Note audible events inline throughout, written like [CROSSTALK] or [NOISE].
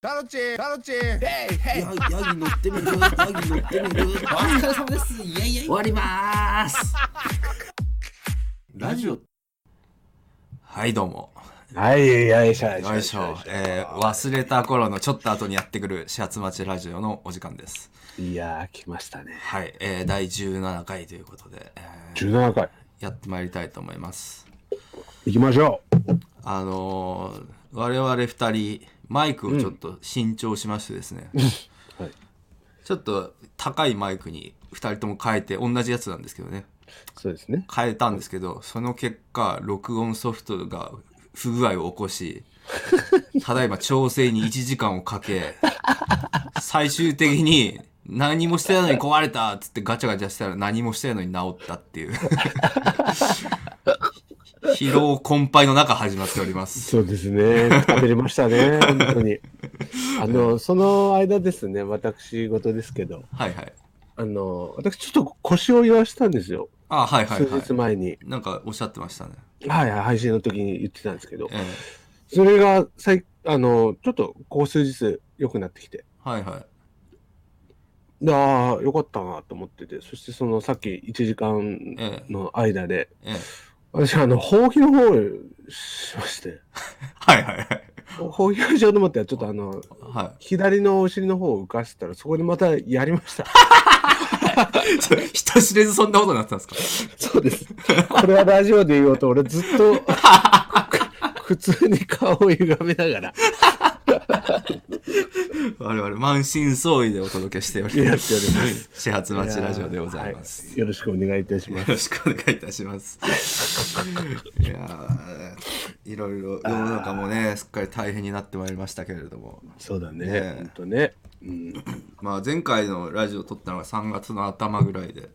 タロチタロチヘイヘイヤヤギ乗ってみるヤギ乗ってみるお疲れ様です。いやいやい終わりまーすラジオはいどうもはい、よいしょ、よいしょ。よいしょ、えー、忘れた頃のちょっと後にやってくる始発待ちラジオのお時間ですいやー、来ましたね。はい、えー、第17回ということで、えー17回。やってまいりたいと思います行きましょあのー、我々2人マイクをちょっと新調しましてですね、う。はい。ちょっと高いマイクに2人とも変えて同じやつなんですけどねそうですね。変えたんですけどその結果録音ソフトが不具合を起 [LAUGHS] こしただいま調整に1時間をかけ最終的に何もしてないのに壊れたっつってガチャガチャしたら何もしてないのに治ったっ [LAUGHS] ていう疲労困憊の中始まっておりますそうですね。食べれました [LAUGHS] ね、本当に。あの、その間ですね、私事ですけど、はいはいあの、私ちょっと腰を言わしたんですよ。あはいはいは数日い前に。なんかおっしゃってましたね、はい、はい、配信の時に言ってたんですけどえ、えそれが、さいあの、ちょっと、こう数日良くなってきて、はいはいでああ、よかったなと思ってて、そしてそのさっき1時間ええの間で、ええ私、あの、ほうきの方をしまして、はいはいはいほうきをしようと思って、ちょっとあの、はい左のお尻の方を浮かせたら、そこでまたやりま [LAUGHS] した。それ人知れずそんなことになってたんですかそうです。これはラジオで言おうと、俺ずっ [LAUGHS] と、普通に顔を歪めながら、我々満身創痍でお届けしておりやまってす。おります。始発待ちラジオでございます。はよろしくお願いいたしまよす。ろしくお願いいたします。いやーいろいろ世の中もね、すっかり大変になってまいりましたけれども、そうだねねえ。ほんとね。うんまあ、前回のラジオ撮ったのが3月の頭ぐらいで、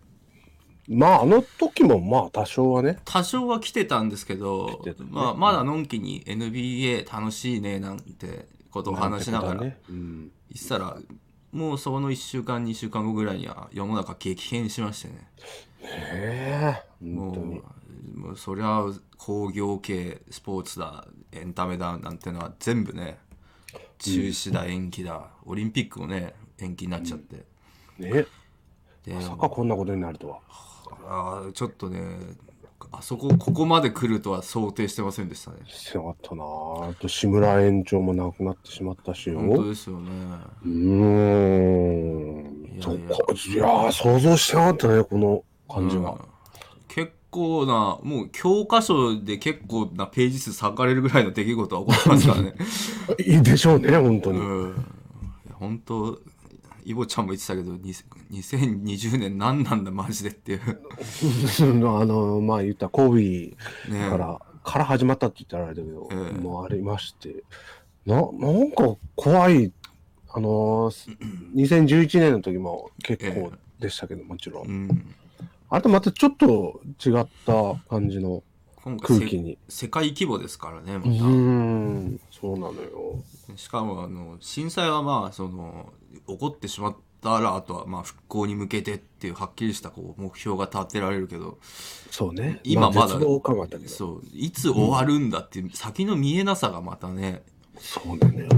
まあ、あの時も、まあ、多少はね。多少は来てたんですけど、来てたねまあ、まだのんきに NBA 楽しいねなんてことを話しながらん言てことはねうんってたら、もうその1週間、2週間後ぐらいには世の中激変しましてね。ねえ。も本当に。うもうそりゃ工業系スポーツだエンタメだなんてのは全部ね中止だ延期だ、オリンピックもね延期になっちゃって、ねでまさかこんなことになるとは。あーちょっとねあそこここまで来るとは想定してませんでしたねしてなかったなぁあと志村園長も亡くなってしまったしよ。本当うですよねーんいやいやそうかいやー想像してなかったねこの感じうはん、結構なもう教科書で結構なページ数割かれるぐらいの出来事は起こってますか [LAUGHS] らねいいでしょうね本当に、 [LAUGHS] うん、いや本当イボちゃんも言ってたけどに2020年何なんだマジでっていうあのまあ言ったらコビねーから、から始まったって言ったらあれだけど、ええもうありましてななんか怖いあのー、2011年の時も結構でしたけどもちろん、うん、あとまたちょっと違った感じの今回空せ気に世界規模ですからねまうた、ーんそうなのよしかもあの震災はまあその起こってしまったらあとはまあ復興に向けてっていうはっきりしたこう目標が立てられるけどそうね。今ま絶だ望感があったけど。そそういつ終わるんだっていう先の見えなさがまたねうなのよ。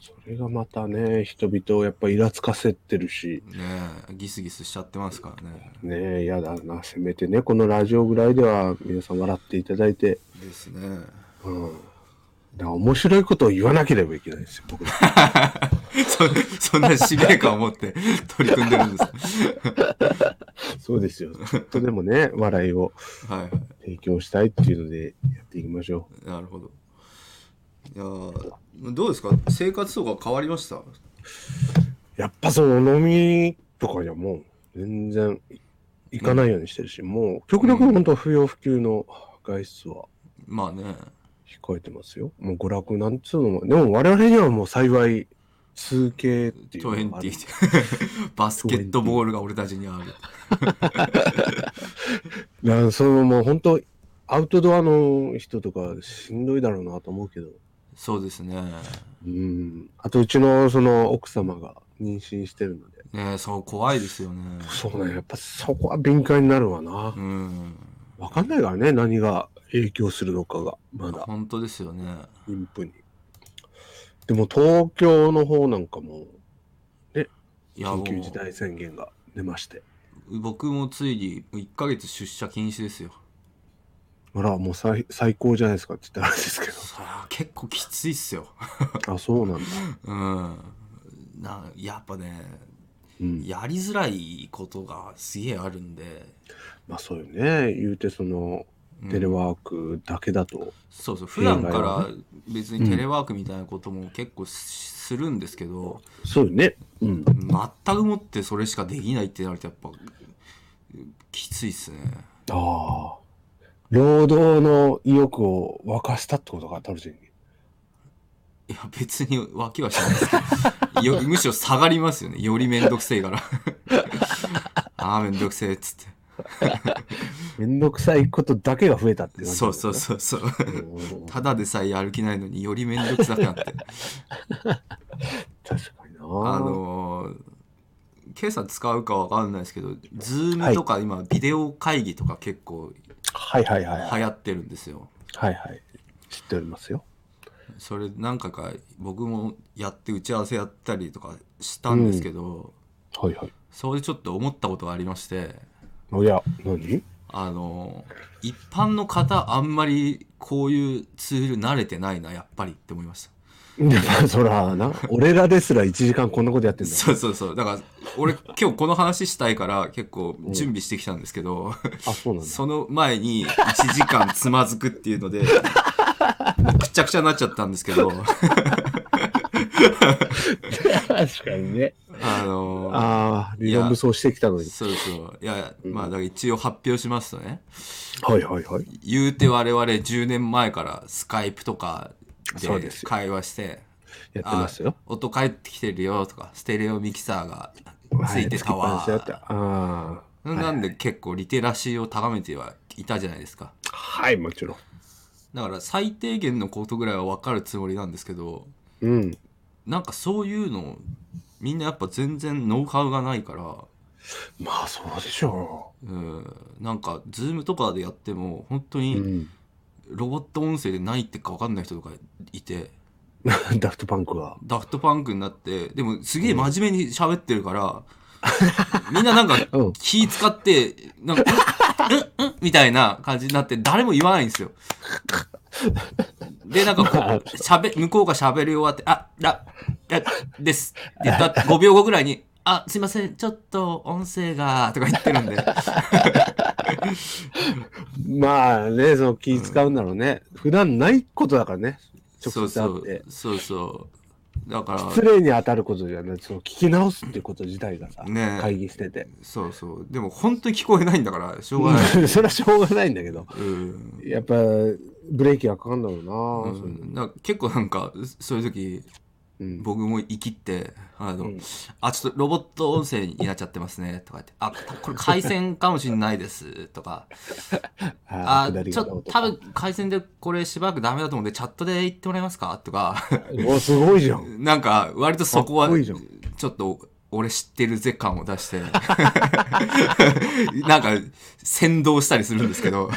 それがまたね、人々をやっぱイラつかせてるし、ねえギスギスしちゃってますからねねえ、嫌だな。せめてね、このラジオぐらいでは皆さん笑っていただいて、ですねうん。だから面白いことを言わなければいけないんですよ、僕ら。 [LAUGHS] そそんな使命感を持って取り組んでるんです。 [LAUGHS] そうですよ。ちょっとでもね、笑いを [LAUGHS] はいはい。提供したいっていうので、やっていきましょう。なるほど。いやーどうですか生活とか変わりましたはやっぱその飲みとかにはもう、全然行かないようにしてるし、もう、極力本当不要不急の外出はまあね。控えてますよ。もう娯楽なんつうのも、でも我々にはもう幸い、通形っていうのがある。 20 [LAUGHS] バスケットボールが俺たちにある。だからそのもう本当、アウトドアの人とかしんどいだろうなと思うけど、そうですね。うん。あとうちのその奥様が妊娠してるので、ねえそう怖いですよね。そうね、やっぱそこは敏感になるわなう。ん。わかんないからね、何が影響するのかが、まだ、本当ですよね。妊婦に。でも東京の方なんかもいやも緊う急事態宣言が出まして。僕もついに1ヶ月出社禁止ですよあら、もう最最高じゃないですかって言ったらあれですけそりゃ結構きついっすよ [LAUGHS] ど。あ、そうなんだ。うんなやっぱねうん。やりづらいことがすげえあるんで、まあそうよね。言うてその、うんテレワークだけだと。そうそう普段か弊害はら別にテレワークみたいなことも結構しするんですけど、そうよね。うん。全くもってそれしかできないってなるとやっぱきついっすねああ。労働の意欲を沸かしたってことが、タルジンに。いや別に湧きはしないですけどよむしろ下がりますよねよりめんどくせえからああめんどくせえっつっめんどくさいことだけが増えたってて感じそうそうそうそううんただでさえ歩けないのによりめんどくさくなって確かにな。あのー今朝使うかわかんないですけど、ズームとか今、ビデオ会議とか結構はいはいはいはい。流行ってるんですよ。はいはい。知っておりますよ。それ何回か僕もやって打ち合わせやったりとかしたんですけど、はいはい。それでちょっと思ったことがありまして、おや、何 [LAUGHS] あのー一般の方あんまりこういうツール慣れてないな、やっぱりって思いました。いやそらな、俺らですら1時間こんなことやってんだよ。そうそうそう。だから、俺今日この話したいから結構準備してきたんですけど、あ、そうなんだ。その前に1時間つまずくっていうので、もうくちゃくちゃになっちゃったんですけど、確かにね。あのああ、理論武装してきたのに。そうそう。いや、まあ、だから一応発表しますとね、はいはいはい。言うて我々10年前からスカイプとかそうでですよ会話して、やってますよ。あ音帰ってきてるよとか、ステレオミキサーがついてたはいわ。つきっぱなしだったああ。なんで結構リテラシーを高めてはいたじゃないですか。はい、もちろん。だから最低限のことぐらいは分かるつもりなんですけど、うん。なんかそういうのみんなやっぱ全然ノウハウがないから、まあそうでしょうん、なんか Zoom とかでやっても本当う。うにん。ロボット音声でないってか分かんない人とかいてダフトパンクは。ダフトパンクになってでもすげえ真面目に喋って [LAUGHS] るから、みんななんかうん気使ってなんか「うんうんうん」みたいな感じになって誰も言わないんですよ。でなん [LAUGHS] かこまあうしゃべ向こうが喋り終わって「あだだです」って言った5秒後ぐらいに「あすいませんちょっと音声が」とか言ってるんで。まあね、その気使うんだろうね。普段ないことだからね。直そう接そ会っうて。そうそうだから失礼に当たることじゃない。その聞き直すってこと自体がさ、ねえ会議してて。そうそうでも本当に聞こえないんだからしょうがな [LAUGHS] い、それはしょうがないんだけど。うんやっぱ、ブレーキがかかんだろうな、うそういうのん、だから結構なんかそういう時うん僕も生きってあの、うんあちょっとロボット音声になっちゃってますね」とか言って「あこれ回線かもしれないです」[LAUGHS] とか「あ下りちがょっどうとと多か分回線でこれしばらくダメだと思うんでチャットで言ってもらえますか?」とか [LAUGHS] うわすごいじゃん。なんか割とそこはかっこいいじゃんちょっと俺知ってるぜ感を出して [LAUGHS] なんか先導したりするんですけど、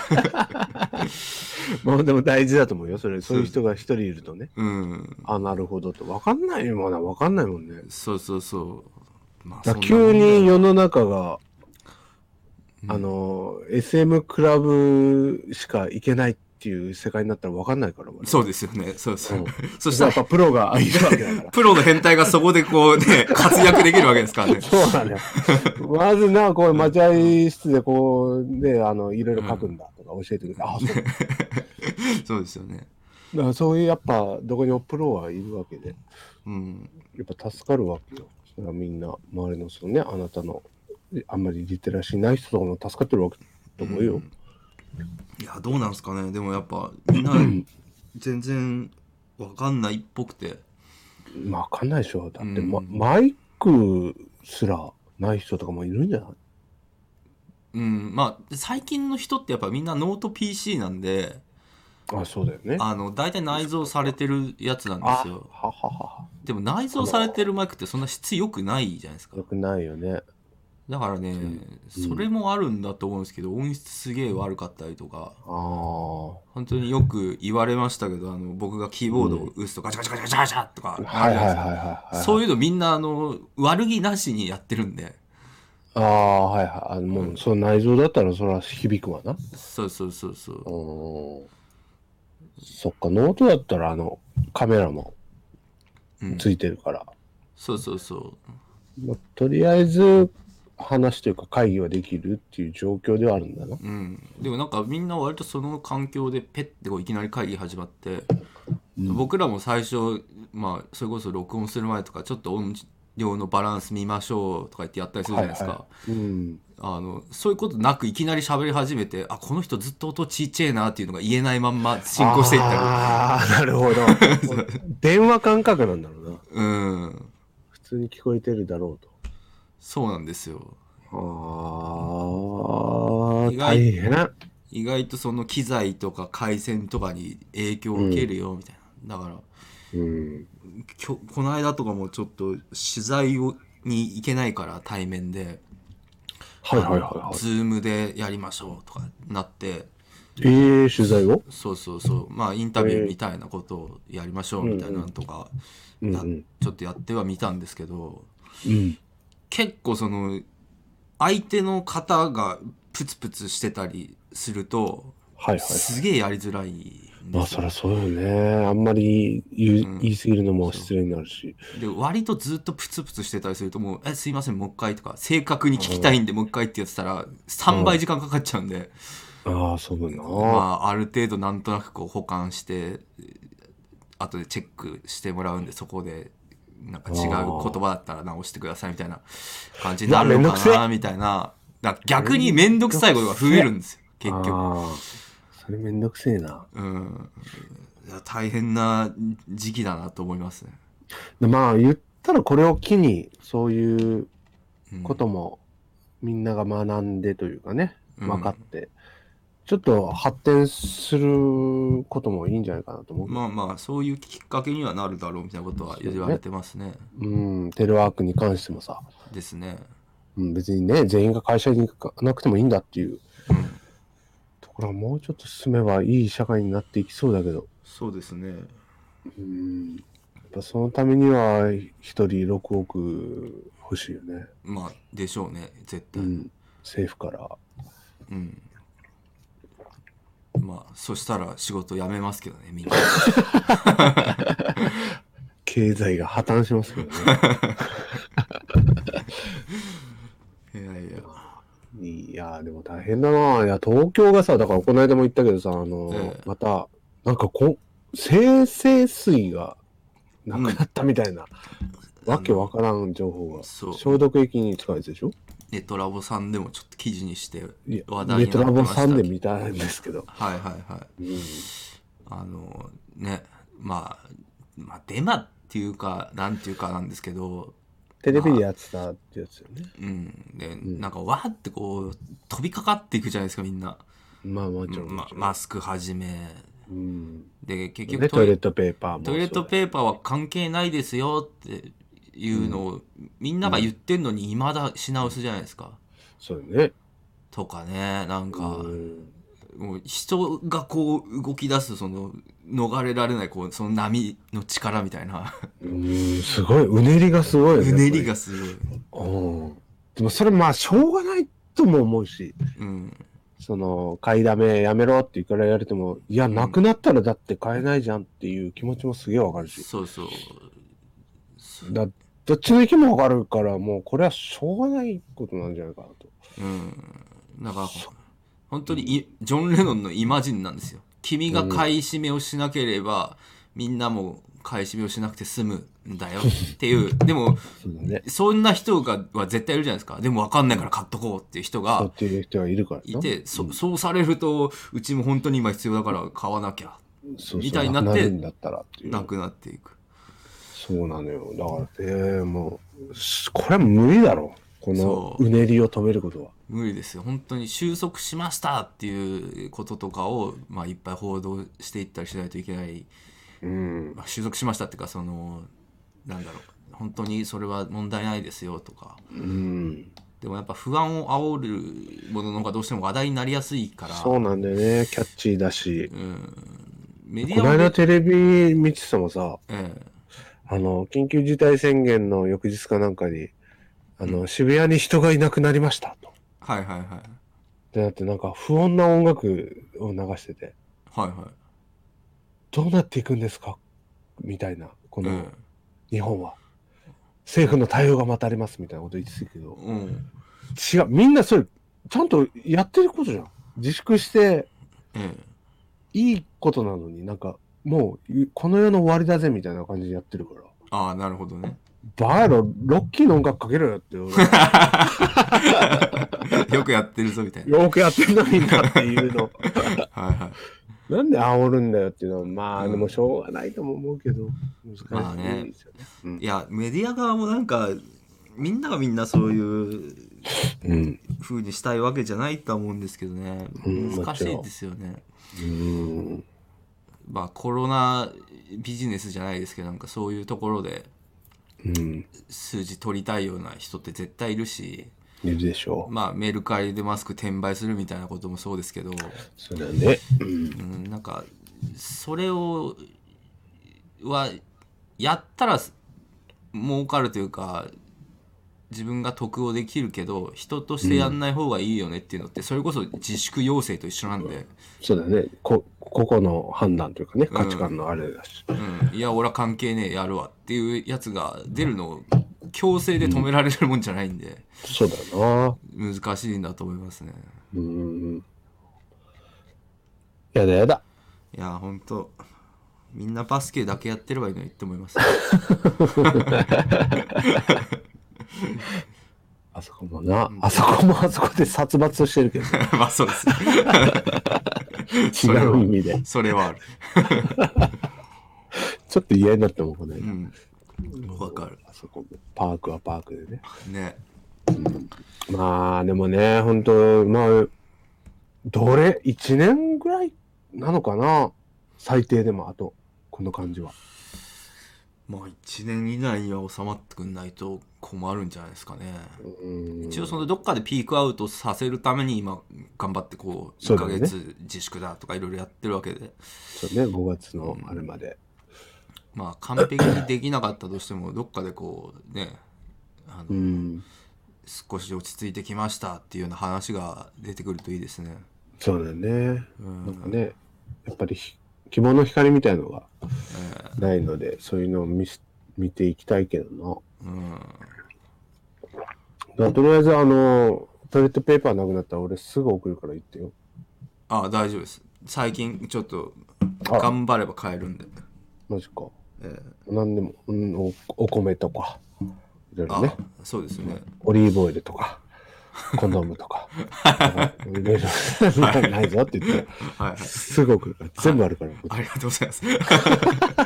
まあでも大事だと思うよ。それ、そういう人が一人いるとね。うん、あ、なるほどと。わかんないよ、まだわかんないもんね。そうそうそう、まあだそんな急にもんだよ世の中が、うんあの、SM クラブしか行けないっていう世界になったらわかんないから、俺そうですよねそうそう、うん [LAUGHS] そしやたっぱら。プロがいるわけだから [LAUGHS] プロの変態がそこでこうね活躍できるわけですからねそうなんだよ。まずな、こう、待合室でこう、ね、あの、いろいろ書くんだとか教えてくれて、あ、そうだ [LAUGHS] そうですよねからそういう、やっぱ、どこにもプロはいるわけで。うんやっぱ助かるわけよ。それはみんな、周りのそのね、あなたの、あんまりリテラシーない人とかも助かってるわけだと思うよ。いやどうなんですかねでもやっぱみ [CLEARS THROAT] んな全然わかんないっぽくてまあ、わかんないでしょ。だって、まうんマイクすらない人とかもいるんじゃないうんまあ最近の人ってやっぱみんなノート PC なんであ、そうだよね。あの大体内蔵されてるやつなんであすよはははは。でも内蔵されてるマイクってそんな質良くないじゃないですかよくないよね。だからね、それもあるんだと思うんですけど、音質すげえ悪かったりとか、ああ。本当によく言われましたけど、あの、僕がキーボードを打つとガチャガチャガチャガチャガチャとか、はいはいはいはい。いそうう。いうのみんな、あの、悪気なしにやってるんで、ああ、はいはい。あのもう、その内臓だったらそれは響くわな。そうそうそうそう。うん。そっか、ノートだったらあの、カメラもうんついてるから。そうそうそう。まあ、とりあえず、話というか会議はできるっていう状況ではあるんだな。うん、でもなんかみんな割とその環境でペッてこういきなり会議始まって、僕らも最初、まあ、それこそ録音する前とかちょっと音量のバランス見ましょうとか言ってやったりするじゃないですか、はいうん。あのそういうことなくいきなり喋り始めてあこの人ずっと音ちっちゃいなっていうのが言えないまんま進行していったああ、 [LAUGHS] なる [LAUGHS] ほど。電話感覚なんだろうな。りうん普通に聞こえてるだろうと。そうなんですよああ、意外大変。意外とその機材とか回線とかに影響を受けるよみたいな、だからうん。きょこの間とかもちょっと取材をに行けないから対面で、はいはいはいはい。ズームでやりましょうとかなってええ取材をそうそうそうまあインタビューみたいなことをやりましょうみたいなのとか、うんうやん。ちょっとやってはみたんですけどうん。結構その相手の方がプツプツしてたりするとはいはいはい。すげえやりづらいんまあですそよりゃそうよね。あんまり言,、うんう言い過ぎるのも失礼になるし。で割とずっとプツプツしてたりするともう「えすいませんもう一回」とか「正確に聞きたいんでもう一回」ってやってたら3倍時間かかっちゃうんで、ああ、そうだな。まあある程度なんとなくこう保管して後でチェックしてもらうんでそこでなんか違う言葉だったら直してくださいみたいな感じになるうわのめんどくせかえなみたいなだから逆に面倒くさいことが増えるんですよ結局。ああそれめんどくせえな。うんいや大変な時期だなと思いますね。でまあ言ったらこれを機に、そういううんこともみんなが学んでというかね、うん分かって、ちょっと発展することもいいんじゃないかなと思う。まあまあそういうきっかけにはなるだろうみたいなことは言われてますね。うん、テレワークに関してもさ、ですね。うん、別にね、全員が会社に行かなくてもいいんだっていううんところはもうちょっと進めばいい社会になっていきそうだけど、そうですね。うん、やっぱそのためには一人6億欲しいよね。まあでしょうね絶う対。ん、政府から。うん。まあ、そしたら仕事辞めますけどね、みんな。経済が破綻しますけどね。いやいや。いやー、でも大変だな。いや、東京がさ、だからこの間も言ったけどさ、あのー、ええまた、なんかこ、生成水がなくなったみたいな、わけわからん情報が、そう消毒液に使うやつでしょネットラボさんでもちょっと記事にしていや、話題ネにトなラってボましたさんで見たんですけど。はいはいはい。うんあの、ね、まあ、まあ、デマっていうか、なんていうかなんですけど、テレビでやってたってやつよね。うん。で、んなんか、わーってこう、飛びかかっていくじゃないですか、みんな。まあ、もちろん。まもちろんマスクはじめ。うん。で、結で、局トトイイレレットペーパーも。トイレッートペーパーは関係ないですよっていうのをみんなが言ってんのに未だ品薄じゃないですか。そうよね。とかねなんかうんもう人がこう動き出すその逃れられないこうその波の力みたいなうん、すごい。うねりがすごいようね。ねりがすごい。うんでもそれまあしょうがないとも思うし、うんその買いだめやめろっていくら言われても、いや、んなくなったらだって買えないじゃんっていう気持ちもすげえわかるし、そうそう。だどっちの意見もわかるから、もうこれはしょうがないことなんじゃないかなと。うん。だから本当にいジョン・レノンのイマジンなんですよ。君が買い占めをしなければみんなも買い占めをしなくて済むんだよっていう。でもそうだね。そんな人がは絶対いるじゃないですか。でも分かんないから買っとこうっていう人そうがっていう人がいるからいなて、そそうされると、うちも本当に今必要だから買わなきゃ、そうそうみたいになってくるんだったらっていうな。くなっていく。そうなのよ。だから、えーもう、しこれは無理だろう。このそううねりを止めることは。無理ですよ。本当に収束しましたっていうこととかを、まあ、いっぱい報道していったりしないといけない。うん。まあ、収束しましたっていうか、その、なんだろう。本当にそれは問題ないですよとか、うん。でもやっぱ不安を煽るものの方がどうしても話題になりやすいから、そうなんだよね。キャッチーだし。メディこアのはね間テレビ見ててもさ、ええあの、緊急事態宣言の翌日かなんかに、あの、渋谷に人がいなくなりましたと。はいはいはい。で、だってなんか不穏な音楽を流してて、はいはどうなっていくんですかみたいな、こい。の日本は。政府の対応が待たれますみたいなこと言ってたけど、うん。うん。違う、みんなそれ、ちゃんとやってることじゃん。自粛してええいいことなのになんか、もう、この世の終わりだぜみたいな感じでやってるから。ああ、なるほどね。バカ野郎、ロッキーの音楽かけろよって俺、よくやってるぞみたいな。よくやってないんだっていう [LAUGHS] の。はいはい。なんで煽るんだよっていうのは、まあ、うんでもしょうがないとも思うけど、難しいですよね。いやメディア側もなんかみんながみんなそういううん。風にしたいわけじゃないとは思うんですけどねうん難しいですよねうん。まあコロナビジネスじゃないですけどなんかそういうところでうん。数字取りたいような人って絶対いるしいるでしょう。まあメルカリでマスク転売するみたいなこともそうですけど、それはね。うん、なんかそれをはやったら儲かるというか自分が得をできるけど人としてやんない方がいいよねっていうのって、それこそ自粛要請と一緒なん [LAUGHS] で、そうだね。こ、個々の判断というかね、価値観のあれだし。うん、いや俺は関係ねえやるわっていうやつが出るのを強制で止められるもんじゃないんでそうだよな。難しいんだと思いますねうん。やだやだ。いやほんとみんなバスケだけやってればいいのにって思いますあそこもな、あそこもあそこで殺伐してるけど、 [LAUGHS] まあそうです。そ違れはう意味で。 [LAUGHS] それ [LAUGHS] はある。ちょっと嫌になったもん、このう間。ん。わかる。あそこ、パークはパークでね。ね。まあでもね、本当まあ、どれ、1年ぐらいなのかな、最低でも、あと、この感じは。まあ1年以内には収まってくんないと困るんじゃないですかね。一応そのどっかでピークアウトさせるために今頑張ってこうそ1うだヶね月自粛だとかいろいろやってるわけで、そうね、5月のあれまで。まあ完璧にできなかったとしてもどっかでこうねあの、うん、少し落ち着いてきましたっていうような話が出てくるといいですね。そうだね。うんなんかね、やっぱりひ希望の光みたいのがないので、そういうのを見す見ていきたいけどうん、な。だからとりあえず、あの、トイレットペーパーなくなったら俺すぐ送るから言ってよ。あ大丈夫です。最近ちょっとあ頑張れば買えるんで。マジか。えーなんでも、うん、おお米とか、いろいろね。あそうですね。オリーブオイルとか、コンドームとか、いろいろないぞって言って、はい。すぐ送るから、全部あるから。ありがとうござい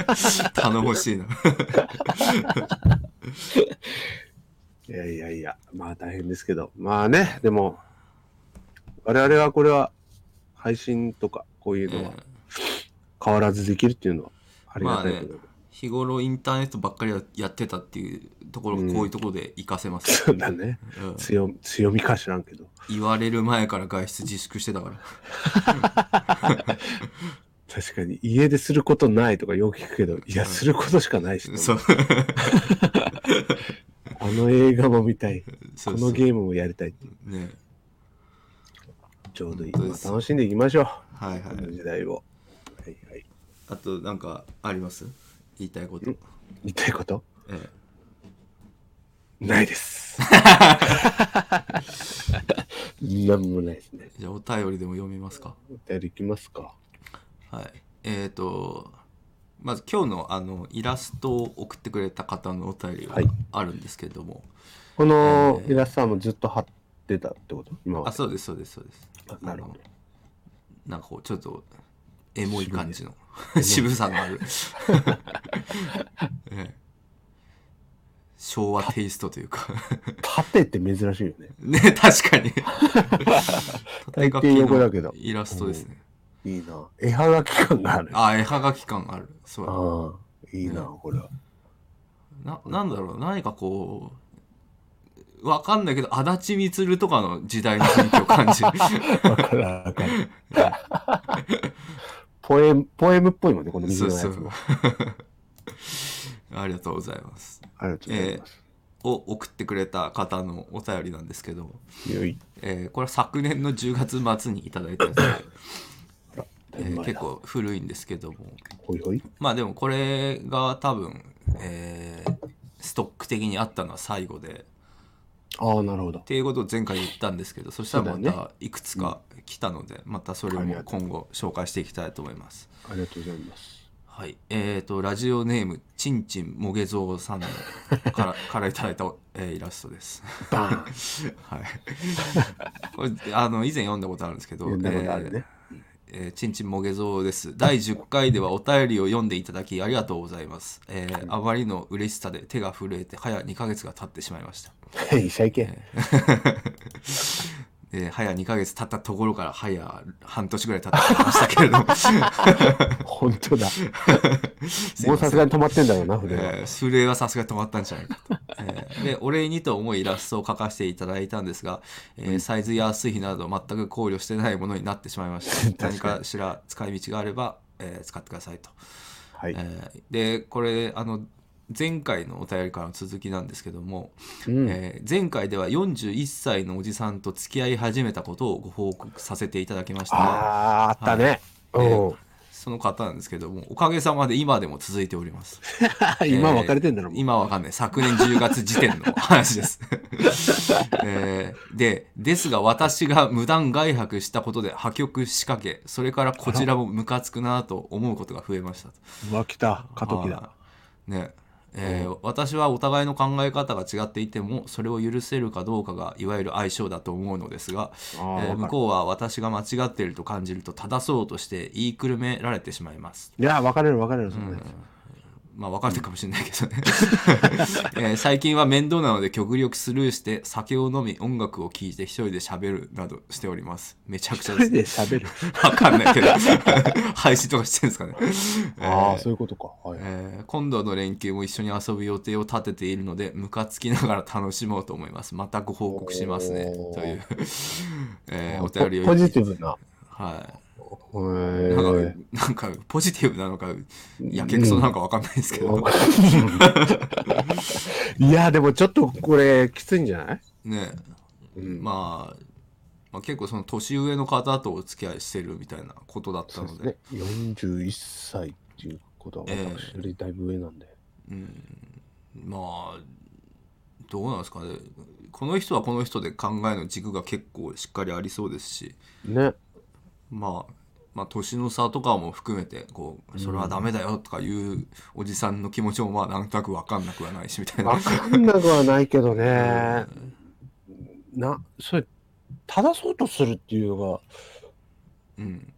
ます。 [LAUGHS] 頼もしいな。いやいやいや、まあ大変ですけど、まあね、でも、我々はこれは、配信とか、こういうのはええ変わらずできるっていうのは、ありがたいことで、日頃インターネットばっかりやってたっていうところがこういうところで活かせます。そうだね。うん強強みか知らんけど。言われる前から外出自粛してたから。確かに、家ですることないとかよく聞くけど、いや、することしかないし、そう。あの映画も見たい、そこうのゲームもやりたいっていうそうね。ちょうどいい。本当まであす楽しんでいきましょう。はいはこのい。時代を。はいはい。あとなんかあります言いたいこと。言いたいことええない [LAUGHS] です。なんもないですね。じゃあお便りでも読みますか。お便りいきますか。はい。えっ、と、まず今日のあのイラストを送ってくれた方のお便りがはいあるんですけども。このえーイラストはもうずっと貼ってたってこと今あは。そうですそうですそうですあなるほどあのなんかこうちょっとエモい感じの [LAUGHS] 渋さのある、ええ昭和テイストというか [LAUGHS] 縦って珍しいよね。ね確かに [LAUGHS] 大抵横だけど縦書きのイラストですねいいな。絵はがき感がある。ああ絵はがき感あるそうだあ、いいな、これは。ななんだろう何かこうわかんないけど、足立みつるとかの時代の雰囲気を感 [LAUGHS] じる。わかるわか [LAUGHS] る。ポエム、ポエムっぽいもんね、この右そのうやつそも。う。 [LAUGHS] ありがとうございます。ありがとうございます。を送ってくれた方のお便りなんですけど、よい。えーこれは昨年の10月末にいただ [LAUGHS] いたやつで、えー結。構古いんですけども、ほいほい。まあでもこれが多分、えーストック的にあったのは最後で、ああ、なるほどっ。ていうことを前回言ったんですけどそしたらそうだまたいくつか来たので、またそれも今後紹介していきたいと思いますありがとうございます。はいえー、とラジオネームちんちんもげぞうさんのからからいただいた、えーイラストです、バ [LAUGHS] ーンはい、これあの以前読んだことあるんですけど読んだことあるねえーえーちんちんもげぞうです第10回ではお便りを読んでいただきありがとうございます、えーあまりの嬉しさで手が震えて早2ヶ月が経ってしまいました。 [LAUGHS] 医者行け。えー、早2ヶ月経ったところから早半年ぐらい経ってましたけれども本当 [LAUGHS] だ。すいもうませさんすがに止まってんだろうな、筆は。えー震えはさすがに止まったんじゃないか [LAUGHS] と、えーでお礼にと思いイラストを描かせていただいたんですが、えーサイズや数比など全く考慮してないものになってしまいました何 [LAUGHS] 確かにかしら使い道があれば、えー使ってくださいと、はい。えーでこれあの前回のお便りからの続きなんですけども、うん。えー前回では41歳のおじさんと付き合い始めたことをご報告させていただきましたがああー、あったね。はいうん。その方なんですけども、おかげさまで今でも続いております。 [LAUGHS] 今えー別れてんだろ、もう。今わかんない。昨年10月時点の話です。 [LAUGHS] えーで、ですが私が無断外泊したことで破局仕掛け、それからこちらもムカつくなぁと思うことが増えました。うわ、来た。過渡期だ。はい。ねえー私はお互いの考え方が違っていてもそれを許せるかどうかがいわゆる相性だと思うのですが、あーわえーかる向こうは私が間違っていると感じると正そうとして言いくるめられてしまいます。いや、別れる別れる、そんなやつ。まあ分かれてるかもしれないけ [LAUGHS] どね、えー最近は面倒なので極力スルーして酒を飲み音楽を聴いて一人で喋るなどしておりますめちゃくちゃ一です人でね喋 [LAUGHS] る。分かんないけど配信とかしてるんですかね、えーああ、そういうことか。はい。えー今度の連休も一緒に遊ぶ予定を立てているのでムカつきながら楽しもうと思いますまたご報告しますねおーという、えーおポ便りをポジティブな。はいへなんーかなんかポジティブなのかやけくそなのか分かんないですけど、 [LAUGHS] いや、でもちょっとこれ、きついんじゃないね、うんまあ、まあ結構その年上の方とお付き合いしてるみたいなことだったそうでのすでね。41歳っていうことは、私よりだいぶ上なんで。まあどうなんですかねこの人はこの人で考えの軸が結構しっかりありそうですし、ね。まあ、まあ年の差とかも含めてこうそれはダメだよとかいうおじさんの気持ちもまあなんとなく分かんなくはないしみたいなわかんなくはないけど [LAUGHS] ね。な、それ、正そうとするっていうの [LAUGHS] うん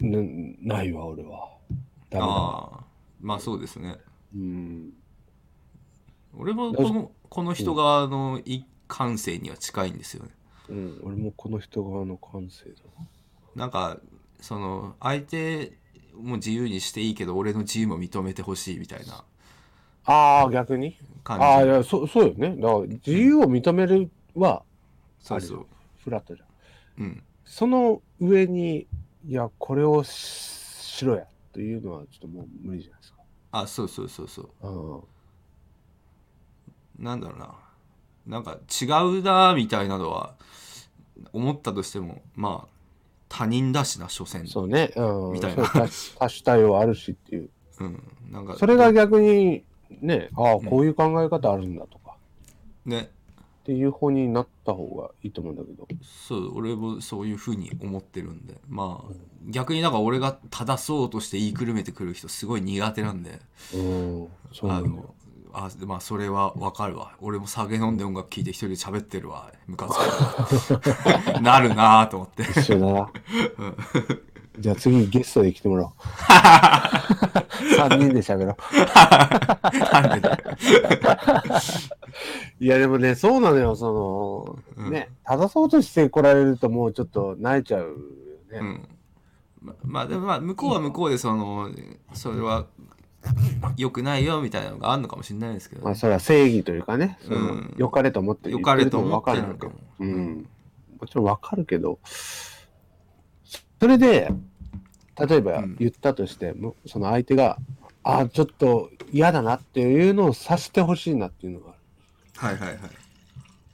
が、ね、ないわ、俺は。ダメだわ。ああまあそうですねうん。俺もこのこの人側の一感性には近いんですよねうん、俺もこの人側の感性だな。なんかその相手も自由にしていいけど俺の自由も認めてほしいみたいなああ、逆に感じああ、いや、そう、そうよね。だから、自由を認めるは、そうそうフラットじゃん。うんその上に、いや、これをししろや、というのは、ちょっともう無理じゃないですか。あそうそうそうそううん。なんだろうななんか違うなみたいなのは思ったとしてもまあ他人だしな所詮そうね。うん。みたいなそう多種多種多様あるしっていう。うんなんかそれが逆に、ね、ああ、こういう考え方あるんだとか、ねっていう方になった方がいいと思うんだけど。そう俺もそういうふうに思ってるんでまあ逆になんか俺が正そうとして言いくるめてくる人すごい苦手なんでうん。そうなあんだよ。のあまあそれはわかるわ俺も酒飲んで音楽聴いて一人で喋ってる [LAUGHS] わムカつくわなるなぁと思って一緒だな。 [LAUGHS] じゃあ次ゲストで来てもらお [LAUGHS] う。3人で喋ろう。なんでいやでもね、そうなのよ、その、ね、正そうとして来られるともうちょっと慣れちゃうようね。んままあでもまあ向こうは向こうでそのそれは良くないよみたいなのがあるのかもしれないですけど、まあそれは正義というかね、そうんの良かれと思って良かれと思言っっててるなのもの分かるかも。けどうん。もちろん分かるけど、それで、例えばうん言ったとしても、その相手が、ああ、ちょっと嫌だなっていうのをさせてほしいなっていうのがある。はいはいはい。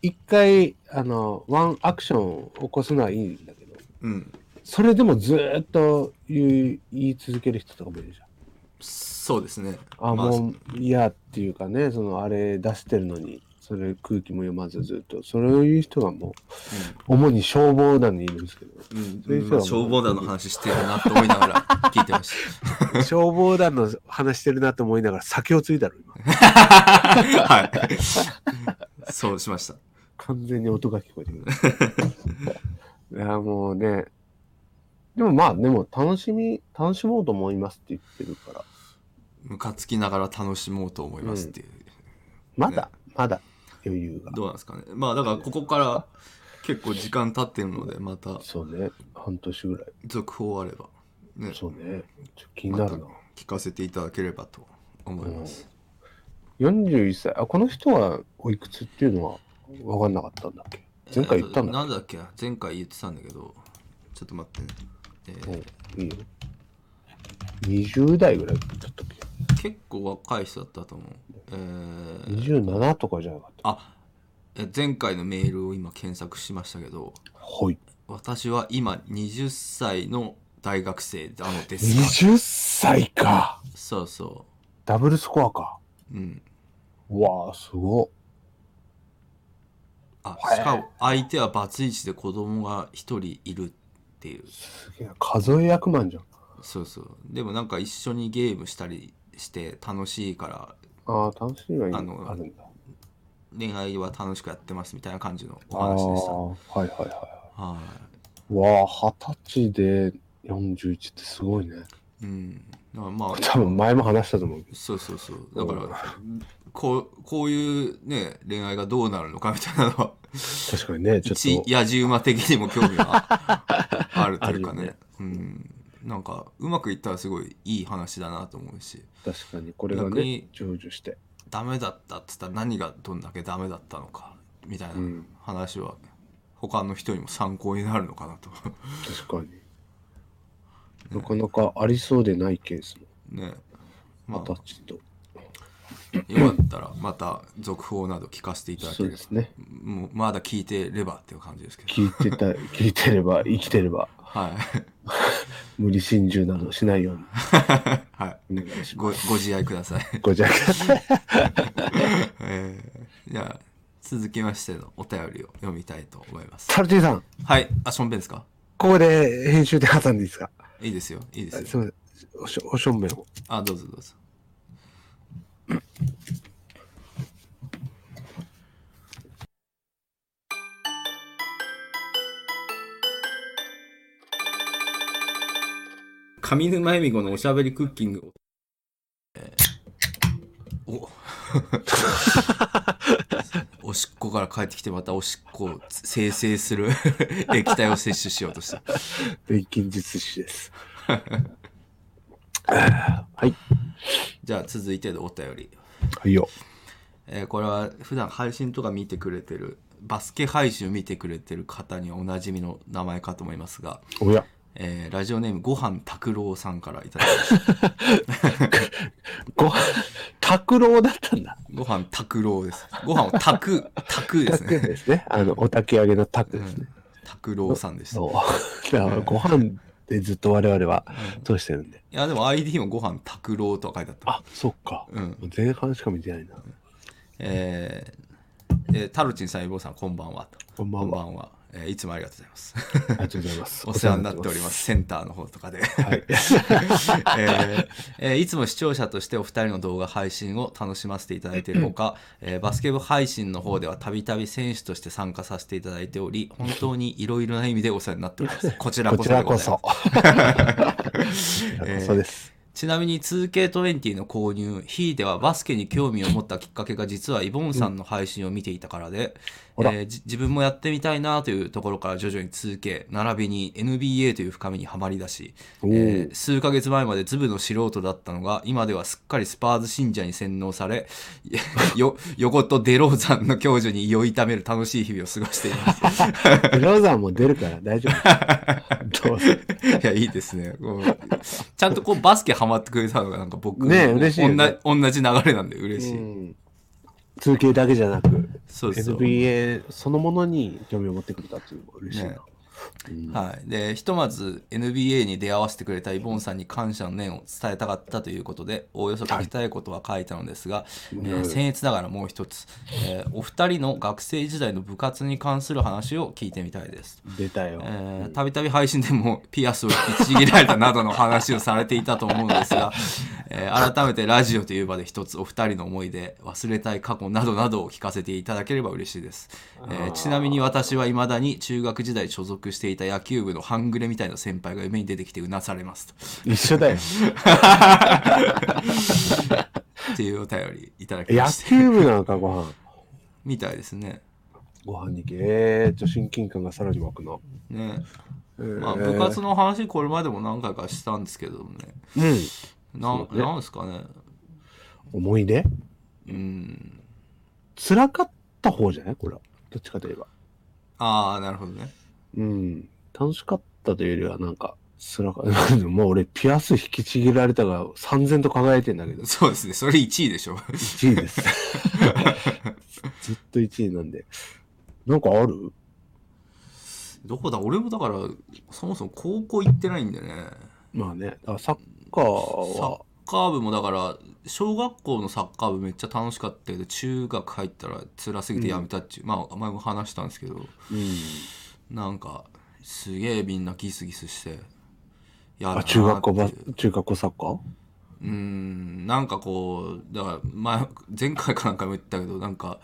一回、あの、ワンアクションを起こすのはいいんだけど、うん。それでもずーっと言い言い続ける人とかもいるじゃん。そうですね。あ、まもう嫌っていうかね、そのあれ出してるのに、それ空気も読まずずっと、それを言う人がもう、主に消防団にいるんですけど、うんそういう人はもうまあ消防団の話してるなと思いながら聞いてまし消防団の話してるなと思いながら酒をついだろ、今。た。はい。そうしました。 [LAUGHS] 完全に音が聞こえてく [LAUGHS] る。いや、もうね、でもまあ、でも楽しみ、楽しもうと思いますって言ってるから、ムカつきながら楽しもうと思いますっていう。まだ、まだ余裕が。どうなんですかね。まあだからここから結構時間経ってるので、またそうね、半年ぐらい。続報あれば、ね、そうね、ちょっと気になるな。聞かせていただければと思います。 41歳。あ、この人はおいくつっていうのは分かんなかったんだっけ前回言ったんえーだ。なんだっけな前回言ってたんだけど、ちょっと待ってね。えうーん、いいよ。20代ぐらいだったっけ結構若い人だったと思う。えー ?27 とかじゃなかった。あえ前回のメールを今検索しましたけど、はい。私は今20歳の大学生なのですが。 20歳か。そうそダブルスコアか。う。うん。うわあ、すごっ。あへえしかも相手はバツイチで子供が一人いるっていうすげえな。数え役満じゃん。そうそうでもなんか一緒にゲームしたりして楽しいからああ、楽しいはいいあのあるんだ。恋愛は楽しくやってますみたいな感じのあお話でしたはあーはいはいはいい。わあ、二十歳で41ってすごいね。うんだからまあ多分前も話したと思うけど。そうそうそうだからこうこういうね恋愛がどうなるのかみたいなのは確かにね、ちょっ一と。野じ馬的にも興味があるというか [LAUGHS] あねるよねうんなんかうまくいったらすごいいい話だなと思うし確かにこれが逆ねに成就してダメだったっつったら何がどんだけダメだったのかみたいなうん話は他の人にも参考になるのかなと確 [LAUGHS] かになかなかありそうでないケースもねま二あ十歳とよかったらまた続報など聞かせていただけそれうばですねもうまだ聞いてればっていう感じですけど聞い [LAUGHS] てた聞いてれば生きてればはい [LAUGHS] 無理心中などしないようはいにお願いしごまごす自愛ください、 [LAUGHS] ごじゃくださいえー、じゃあ続きましてのお便りを読みたいと思いますタルティさんはいあしょんべんですかここで編集で挟んでいいですかいいですよいいですすいまよせんおしょおしょんべんをあどうぞどうぞ上沼恵美子のおしゃべりクッキング、えーお [LAUGHS] おしっこから帰ってきてまたおしっこを生成する [LAUGHS] 液体を摂取しようとした錬金術師ですはいじゃあ続いてのお便りはいよえーこれは普段配信とか見てくれてるバスケ配信を見てくれてる方にはおなじみの名前かと思いますが、おやえーラジオネームご飯拓郎さんからいただきま [LAUGHS] したご拓郎だったんだご飯拓郎ですご飯を拓拓です拓ねですねあのお炊き上げの拓ですね、拓郎さんでしたいそう。だからご飯でずっと我々は通してるんで。やでも ID もご飯拓郎とは書いてあったあ、そっか。うん前半しか見てないな。えーえータルチンさん、イボウさん、こんばんはこと。んばんはえーいつもありがとうございます。ありがとうござい [LAUGHS] ます。お世話になっております。センターの方とかで。 [LAUGHS] はい。えーえーいつも視聴者としてお二人の動画配信を楽しませていただいているほか、えーバスケ部配信の方ではたびたび選手として参加させていただいており本当にいろいろな [LAUGHS] 意味でお世話になっておりますこちらここちそでらごこざいまそ [LAUGHS] こす。ちらこそです。ちなみに 2K20 の購入、ひいてはバスケに興味を持ったきっかけが実はイボンさんの配信を見ていたからで、うんほらえーじ自分もやってみたいなというところから徐々に 2K、並びに NBA という深みにはまりだし、おーえー数ヶ月前までズブの素人だったのが今ではすっかりスパーズ信者に洗脳されよ [LAUGHS] 横とデローザンの教授に酔い痛める楽しい日々を過ごしていますブラウザーも出るから大丈 [LAUGHS] 夫。どうせ [LAUGHS] いやいいですねこうちゃんとこうバスケハマってくれたのがなんか僕ねえ嬉しいよね同じ同じ流れなんで嬉しい、うん、2K だけじゃなく、そうですよ NBA そのものに興味を持ってくれたっていうのが嬉しいな。ねうんはい、でひとまず NBA に出会わせてくれたイボンさんに感謝の念を伝えたかったということでおおよそ書きたいことは書いたのですが、えー僭越ながらもう一つ、えーお二人の学生時代の部活に関する話を聞いてみたいです。出たよ。えーたびたび配信でも [LAUGHS] ピアスを引きちぎられたなどの話をされていたと思うんですが、えー改めてラジオという場で一つお二人の思い出忘れたい過去などなどを聞かせていただければ嬉しいです、えーちなみに私はいまだに中学時代所属していた野球部の半グレみたいな先輩が夢に出てきてうなされますと一緒 [LAUGHS] だよ。っていうお便りいただきま野して球部なんかご飯。みたいですねご飯に行け。えー、ちょ親近感がさらに湧くな。ねえーまあ、部活の話これまでも何回かしたんですけどもねうん。なそうねなんですかね思い出うん辛かった方じゃないこれは。どっちかといえば。ああなるほどねうん。楽しかったというよりは、なんか、辛かった。 [LAUGHS] もう俺、ピアス引きちぎられたが、三千と輝いてんだけど、そうですねそれ1位でしょ1位です。 [LAUGHS] ずっと1位なんで。なんかあるどこだ俺もだからそもそも高校行ってないんでねまあね、だからサッカーサッは、カー部もだから小学校のサッカー部めっちゃ楽しかったけど中学入ったら辛すぎてやめたっていう、まあ前も話したんですけどうん。なんかすげえみんなギスギスしてやだあ、なって中学校ば、中学校サッカーうーんなんかこうだから前前回かなんかも言ったけどなんか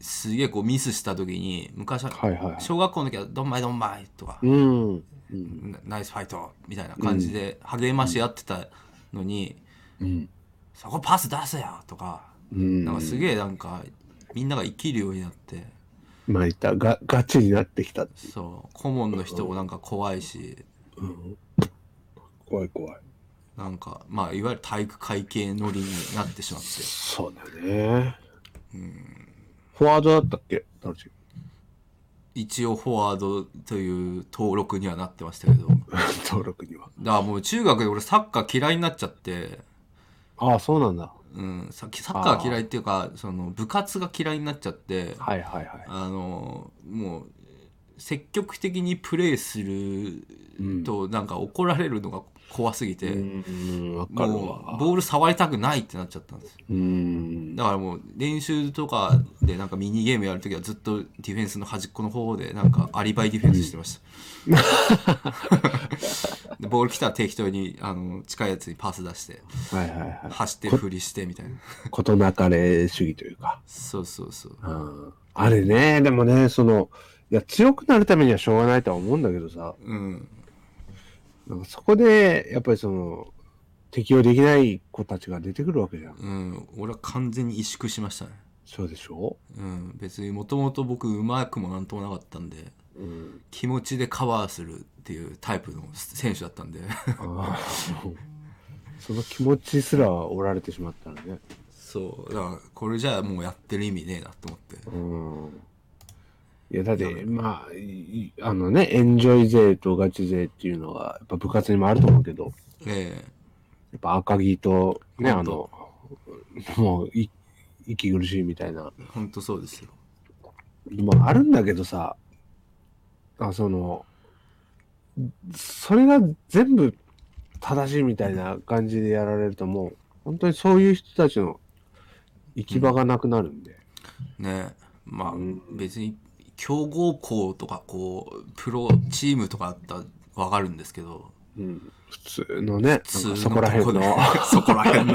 すげえこうミスした時に昔ははいはいはい小学校の時は「どんまいどんまい」とかう、ん。うん。なナイスファイト」みたいな感じで励まし合ってたのにうん。 「そこパス出せよ」とかうん。なんかすげえなんかみんなが生きるようになってまあ言った、が、ガチになってきた。そう顧問の人もなんか怖いしうん。怖い怖い。なんかまあいわゆる体育会系乗りになってしまってそうだね。フォワードだったっけタロチ一応フォワードという登録にはなってましたけど。 [LAUGHS] 登録には。だからもう中学で俺サッカー嫌いになっちゃって、ああ、そうなんだ。うん、さサッカー嫌いっていうかその部活が嫌いになっちゃってはいはいはい。あのもう積極的にプレーするとなんか怒られるのが怖すぎて、うん、わかるもうわ。ボール触りたくないってなっちゃったんですようん。だからもう練習とかでなんかミニゲームやるときはずっとディフェンスの端っこの方でなんかアリバイディフェンスしてま [LAUGHS] した、でボール来たら適当にあの近いやつにパス出してはいはいは。走ってふりしてみたいない事なかれ主義というか。そうそうそううん。あれね、でもね、その、いや、強くなるためにはしょうがないとは思うんだけどさ、うんなんかそこで、やっぱりその、適応できない子たちが出てくるわけじゃん。うん俺は完全に萎縮しましたねそうでしょうん別にもともと僕うまくもなんともなかったんでうん。気持ちでカバーするっていうタイプの選手だったんであーその気持ちすら折られてしまったらね。 [LAUGHS] そうだからこれじゃあもうやってる意味ねえなと思ってうん。いや、だって、まあ、いいあのね、エンジョイ勢とガチ勢っていうのは、やっぱ部活にもあると思うけど、ええやっぱ赤木と、ね、あ本の当、もうい、息苦しいみたいな、ほんとそうですよ。まあ、あるんだけどさ、あその、それが全部正しいみたいな感じでやられると、もう、本当にそういう人たちの行き場がなくなるんで。ねまあん別に強豪校とかこうプロチームとかあったらわかるんですけどうん普通のね、なん普か通そこらと辺で [LAUGHS] の。そこら辺の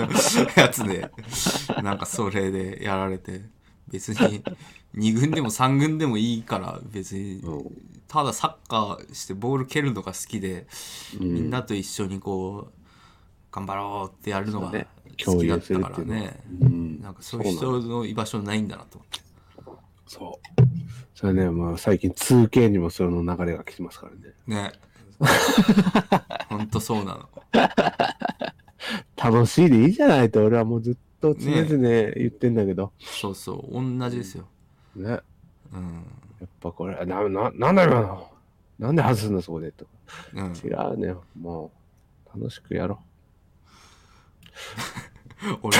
やつでなんかそれでやられて別に2軍でも3軍でもいいから別にうただサッカーしてボール蹴るのが好きでんみんなと一緒にこう頑張ろうってやるのがそうね好きだっ共有たからするっていうのね。うんなんかそういう人の居場所ないんだなと思って。そう。それね、まあ最近 2K にもその流れが来てますからね。ね。 [LAUGHS] ほんとそうなの。楽しいでいいじゃないと俺はもうずっと常々言ってんだけど。そうそう、同じですよ。ね。やうん。っぱこれ、な、な、なんだ今のなんで外すんだそこでとか。うん、違うね。もう、楽しくやろ俺、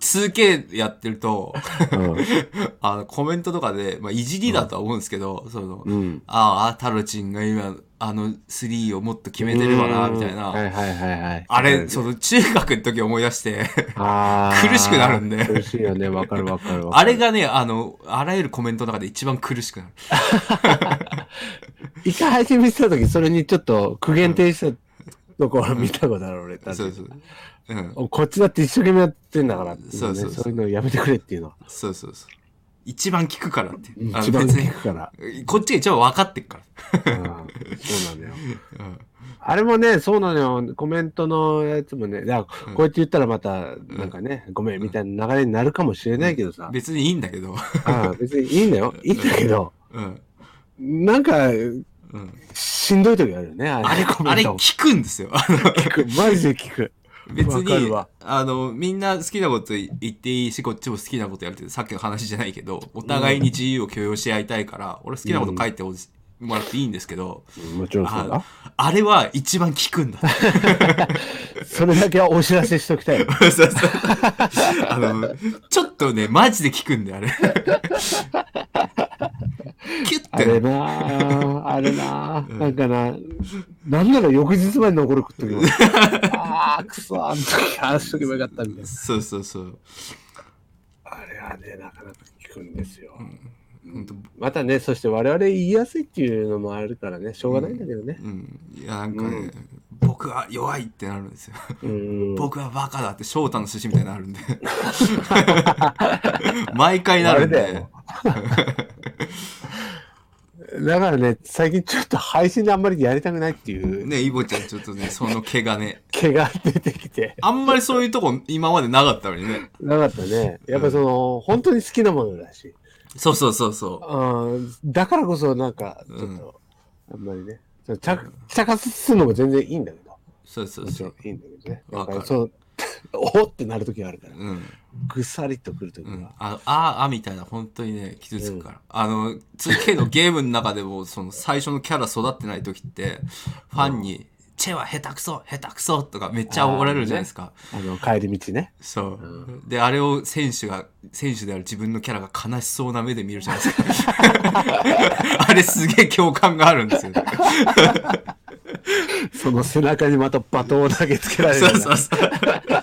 2K やって [LAUGHS] ると、 [LAUGHS] う。あのコメントとかで、まあ、いじりだとは思うんですけど、その、うん。うん。ああ、タロチンが今、あの3をもっと決めてるわな、みたいな。はいはいはいはい。[LAUGHS] あわかれ、るその中学の時思い出して、あー苦しくなるんで苦しいよね。わかるわかるわかある。れがね、あの、あらゆるコメントの中で一番苦しくなる。一回配信見てた時、それにちょっと苦言呈したところ見たことある、俺。そうそう。うん。こっちだって一生懸命やってんだからっていねそうそうそうそういうのやめてくれっていうのは。そうそうそう。一番聞くからっていう。あ一の番別聞にくから。こっちが一番分かってっかうんそうなのよ。ら。うん。あれもね、そうなのよ。コメントのやつもね、いやこうやって言ったらまた、なんかね、ごめんみたいな流れになるかもしれないけどさ。別にいいんだけど。ああ別にいいんだ [LAUGHS] よ。いいんだけど、うん。なんか、うん、しんどい時あるよね。ああれ、れ、コメあンれトも。聞くんですよ。あの聞く。マジで聞く。別わかるにわ、あの、みんな好きなこと言っていいし、こっちも好きなことやるって、さっきの話じゃないけど、お互いに自由を許容し合いたいから、俺好きなこと書いてほしもらっていいんですけど、もちろんそうあだ。あれは一番聞くんだ。それだけはお知らせしとき [LAUGHS] たい。そうそうあの、ちょっとね、マジで聞くんだよ、あれ。キュッあれてね。なあ、あれなあ、なんかな、なんなら翌日まで残ると [LAUGHS] きもあるあー、くそ、あの時話しとけばよかったみたいな。そうそうそう。あれはね、なかなか聞くんですよ。ほんとまたね、そして我々言いやすいっていうのもあるからね、しょうがないんだけどね。うん。いや、なんかね、僕は弱いってなるんですよ。うん。僕はバカだって翔太の寿司みたいになるんで [LAUGHS] 毎回なあるれんだでよ。だからね、最近ちょっと配信であんまりやりたくないっていう、ねイボちゃんちょっとねその毛がね毛が出てきて、あんまりそういうとこ今までなかったのにねなかったね。やっぱその、本当に好きなものだし。そうそうそうそうんだからこそなんかちょっと、あんまりねちょちゃちゃかすのも全然いいんだけどうそうそうもちそろんういいんだけどねわかるなんそう [LAUGHS] おーってなるときがあるからうんぐさりとくるときうん、は、あああみたいな本当にね傷つくから、あの 2K のゲームの中でもその最初のキャラ育ってない時ってファンに「チェは下手くそ下手くそ」とかめっちゃ怒られるじゃないですか、あの帰り道ねそう、であれを選手が選手である自分のキャラが悲しそうな目で見るじゃないですか [LAUGHS] あれすげえ共感があるんですよねその背中にまた罵倒を投げつけられるそよううな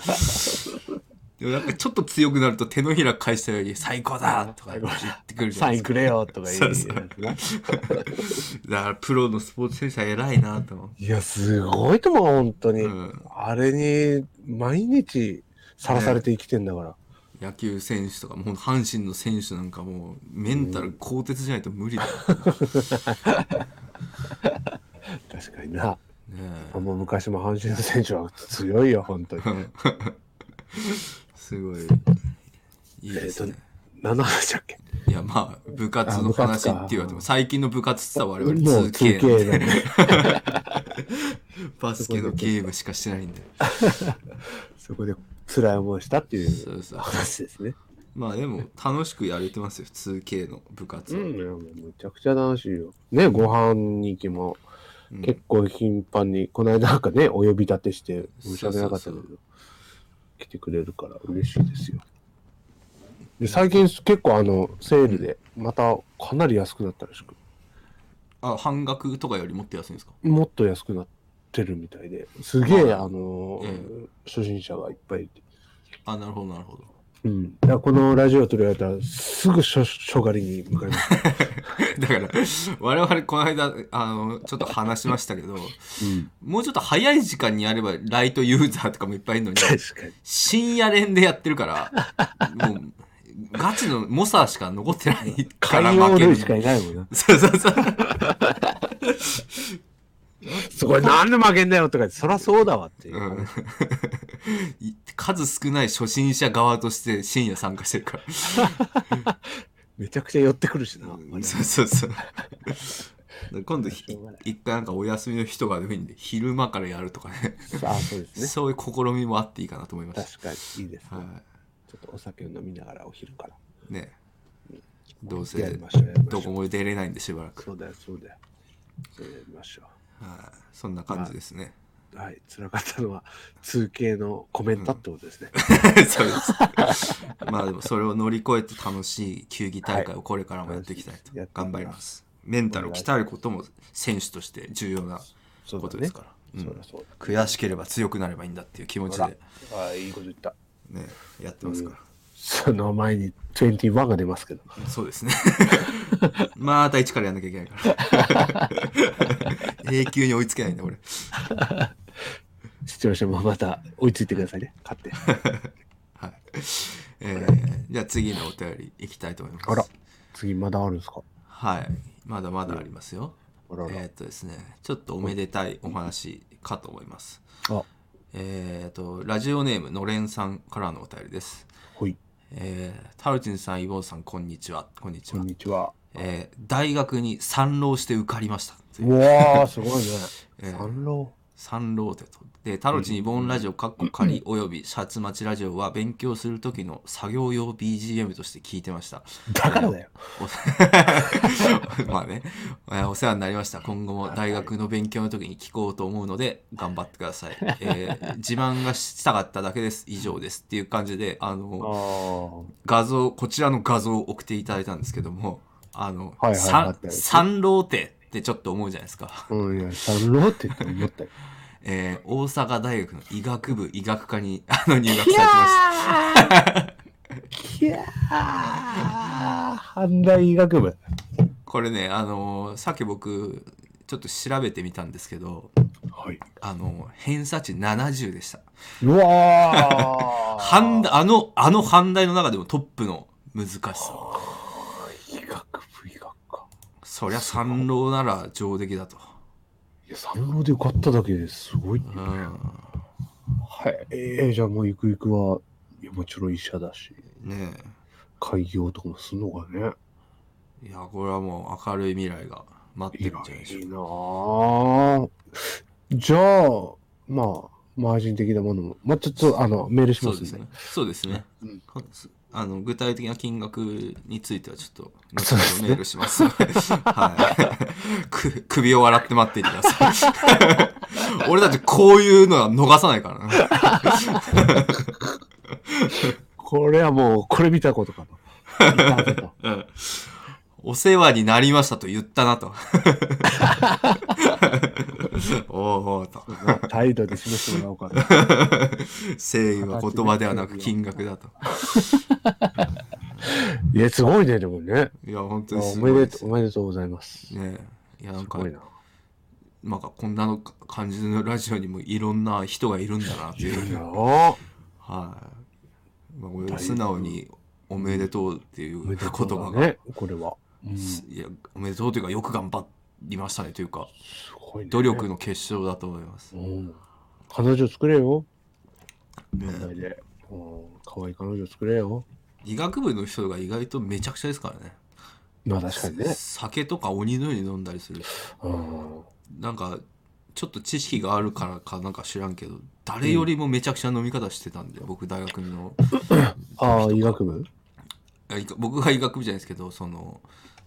[LAUGHS] そうそうでもなんかちょっと強くなると手のひら返したように最高だとか言ってくるじゃサなイいンくれよとか言う [LAUGHS] そうそうだからプロのスポーツ選手は偉いなと思いやすごいと思う本当に、う、うん、あれに毎日さらされて生きてんだから、野球選手とかもう阪神の選手なんかもうメンタル鋼鉄じゃないと無理だよ、確かになねえもう昔も阪神の選手は強いよ本当にすごいいいですね、何の話だっけいやまあ部活の話って言われても最近の部活って言ったら我々もう 2K 2K ななんでんで。[LAUGHS] バスケのゲームしかしてないんでそこで辛い思いしたっていそううそう話ですね。まあでも楽しくやれてますよ 2K の部活は、いやもうめちゃくちゃ楽しいよ。ね、ご飯に行きもうん結構頻繁に、この間なんかね、お呼び立てして、申し訳なかったそけうそどうそ、来てくれるから嬉しいですよ。で最近結構あのセールでまたかなり安くなったらしくあ半額とかよりもっと安いんですかもっと安くなってるみたいですげえあのえ初心者がいっぱいいてあなるほどなるほどうん、だからこのラジオを取り上げたらすぐしょしょがりに向かいました。だから我々この間あのちょっと話しましたけど、 [LAUGHS] もうちょっと早い時間にやればライトユーザーとかもいっぱいいるのに確かに。深夜連でやってるから、もう、ガチのモサしか残ってないから海負洋ける類し。かいないもんな。そうそうそう。すごい、なんで負けんだよとか言って、そらそうだわっていう。うん、い数少ない初心者側として深夜参加してるからめちゃくちゃ寄ってくるしな。我々そうそうそう。今度ひしょうがない一回なんかお休みの人が出るんで昼間からやるとかねあそうですね。そういう試みもあっていいかなと思いまし確かにいいですた。ね、はちょっとお酒を飲みながらお昼から。い、ねどうせやりましょうやりましょどうこも出れないんでしばらく、そうだよ、そうだよ。それやりましょはい、そんな感じですね。う。はい、辛かったのは 2K のコメントってことですね。 [LAUGHS] そうです。 [LAUGHS] まあでもそれを乗り越えて楽しい球技大会をこれからもやっていきたいとはい頑張ります。メンタルを鍛えることも選手として重要なそうこだとねですから。うんそうだそう悔しければ強くなればいいんだっていう気持ちほで、だ。ああ、いいこと言った。ね、やってますから。その前に21が出ますけど。そうですね。 [LAUGHS] また一からやんなきゃいけな [LAUGHS] いから。永久に追いつけないんだ、俺。視聴者もまた追いついてくださいね。勝 [LAUGHS] って。 [LAUGHS] はい。えーじゃあ次のお便りいきたいと思います。あら次まだあるんですかはい。まだまだありますよ。あらら。えーっとですね、ちょっとおめでたいお話かと思います。あ、えーっと、ラジオネームのれんさんからのお便りです。ほい。えー、タルチンさん、イボンさん、こんにちは。こんにちこはん。にちは。えー大学に三浪して受かりました。うわあ、すごいね。えー三郎。三ローテと。で、タロチにボーンラジオ、カッコ仮、およびシャツマチラジオは勉強する時の作業用 BGM として聞いてました。だからだよ。お [LAUGHS] まあね、えーお世話になりました。今後も大学の勉強の時に聞こうと思うので、頑張ってください。えー自慢がしたかっただけです。以上です。っていう感じで、ああの、あ。画像、こちらの画像を送っていただいたんですけども、あのはいは、いあ三ったよ三ローテってちょっと思うじゃないですか。うん、いや、三郎って言って思ったよ。えー大阪大学の医学部医学科に [LAUGHS] あの入学されてま [LAUGHS] いやー、阪大医学部。す。これね、あのーさっき僕、ちょっと調べてみたんですけど、はい。あのー偏差値70でした。う [LAUGHS] わー。半大あの、あの半大の中でもトップの難しさ。医学部、医学科。そりゃ三浪なら上出来だと。いや、三郎で受かっただけですごい。うん。はい。えー、じゃあもうゆくゆくは、いやもちろん医者だし、ね開業とかもすんのかね。え。いや、これはもう明るい未来が待っいているなんじゃないでしょいういか。なあじゃあ、まあ、マージン的なものも、まあ、ちょっと、あの、メールしそまうすでんすで。ね。そうですね。うんあの具体的な金額についてはちょっと後そうですほどねメールします。はい。く [LAUGHS] 首を洗って待っていてください。 [LAUGHS] 俺たちこういうのは逃さないからね。これはもう、これ見たことか [LAUGHS] と。見たこととうんお世話になりましたと言った [LAUGHS] なと。おうおうと。まあ態度で示してもらおうか [LAUGHS] な。誠意は言葉ではなく金額だと。いや、すごいね、でもね。いや、本当におすめごいでですとう、おめでとうございます。ねえ。いや、なんすかごい、な。なんかこんなのか感じのラジオにもいろんな人がいるんだなっていいう。いなあはい、まあ、俺は素直に「おめでとう」っていうおめ言でとうだ葉が、ね、これは。うん、すいやおめでとうというかよく頑張りましたねというかごいね。努力の結晶だと思います、うん。彼女作れよ。ねお前で。うん可愛い彼女作れよ。医学部の人が意外とめちゃくちゃですからねまあ確かにね。酒とか鬼のように飲んだりするしうん。なんかちょっと知識があるからかなんか知らんけど誰よりもめちゃくちゃ飲み方してたんで、僕大学のああ、医学部あいか僕が医学部じゃないですけどその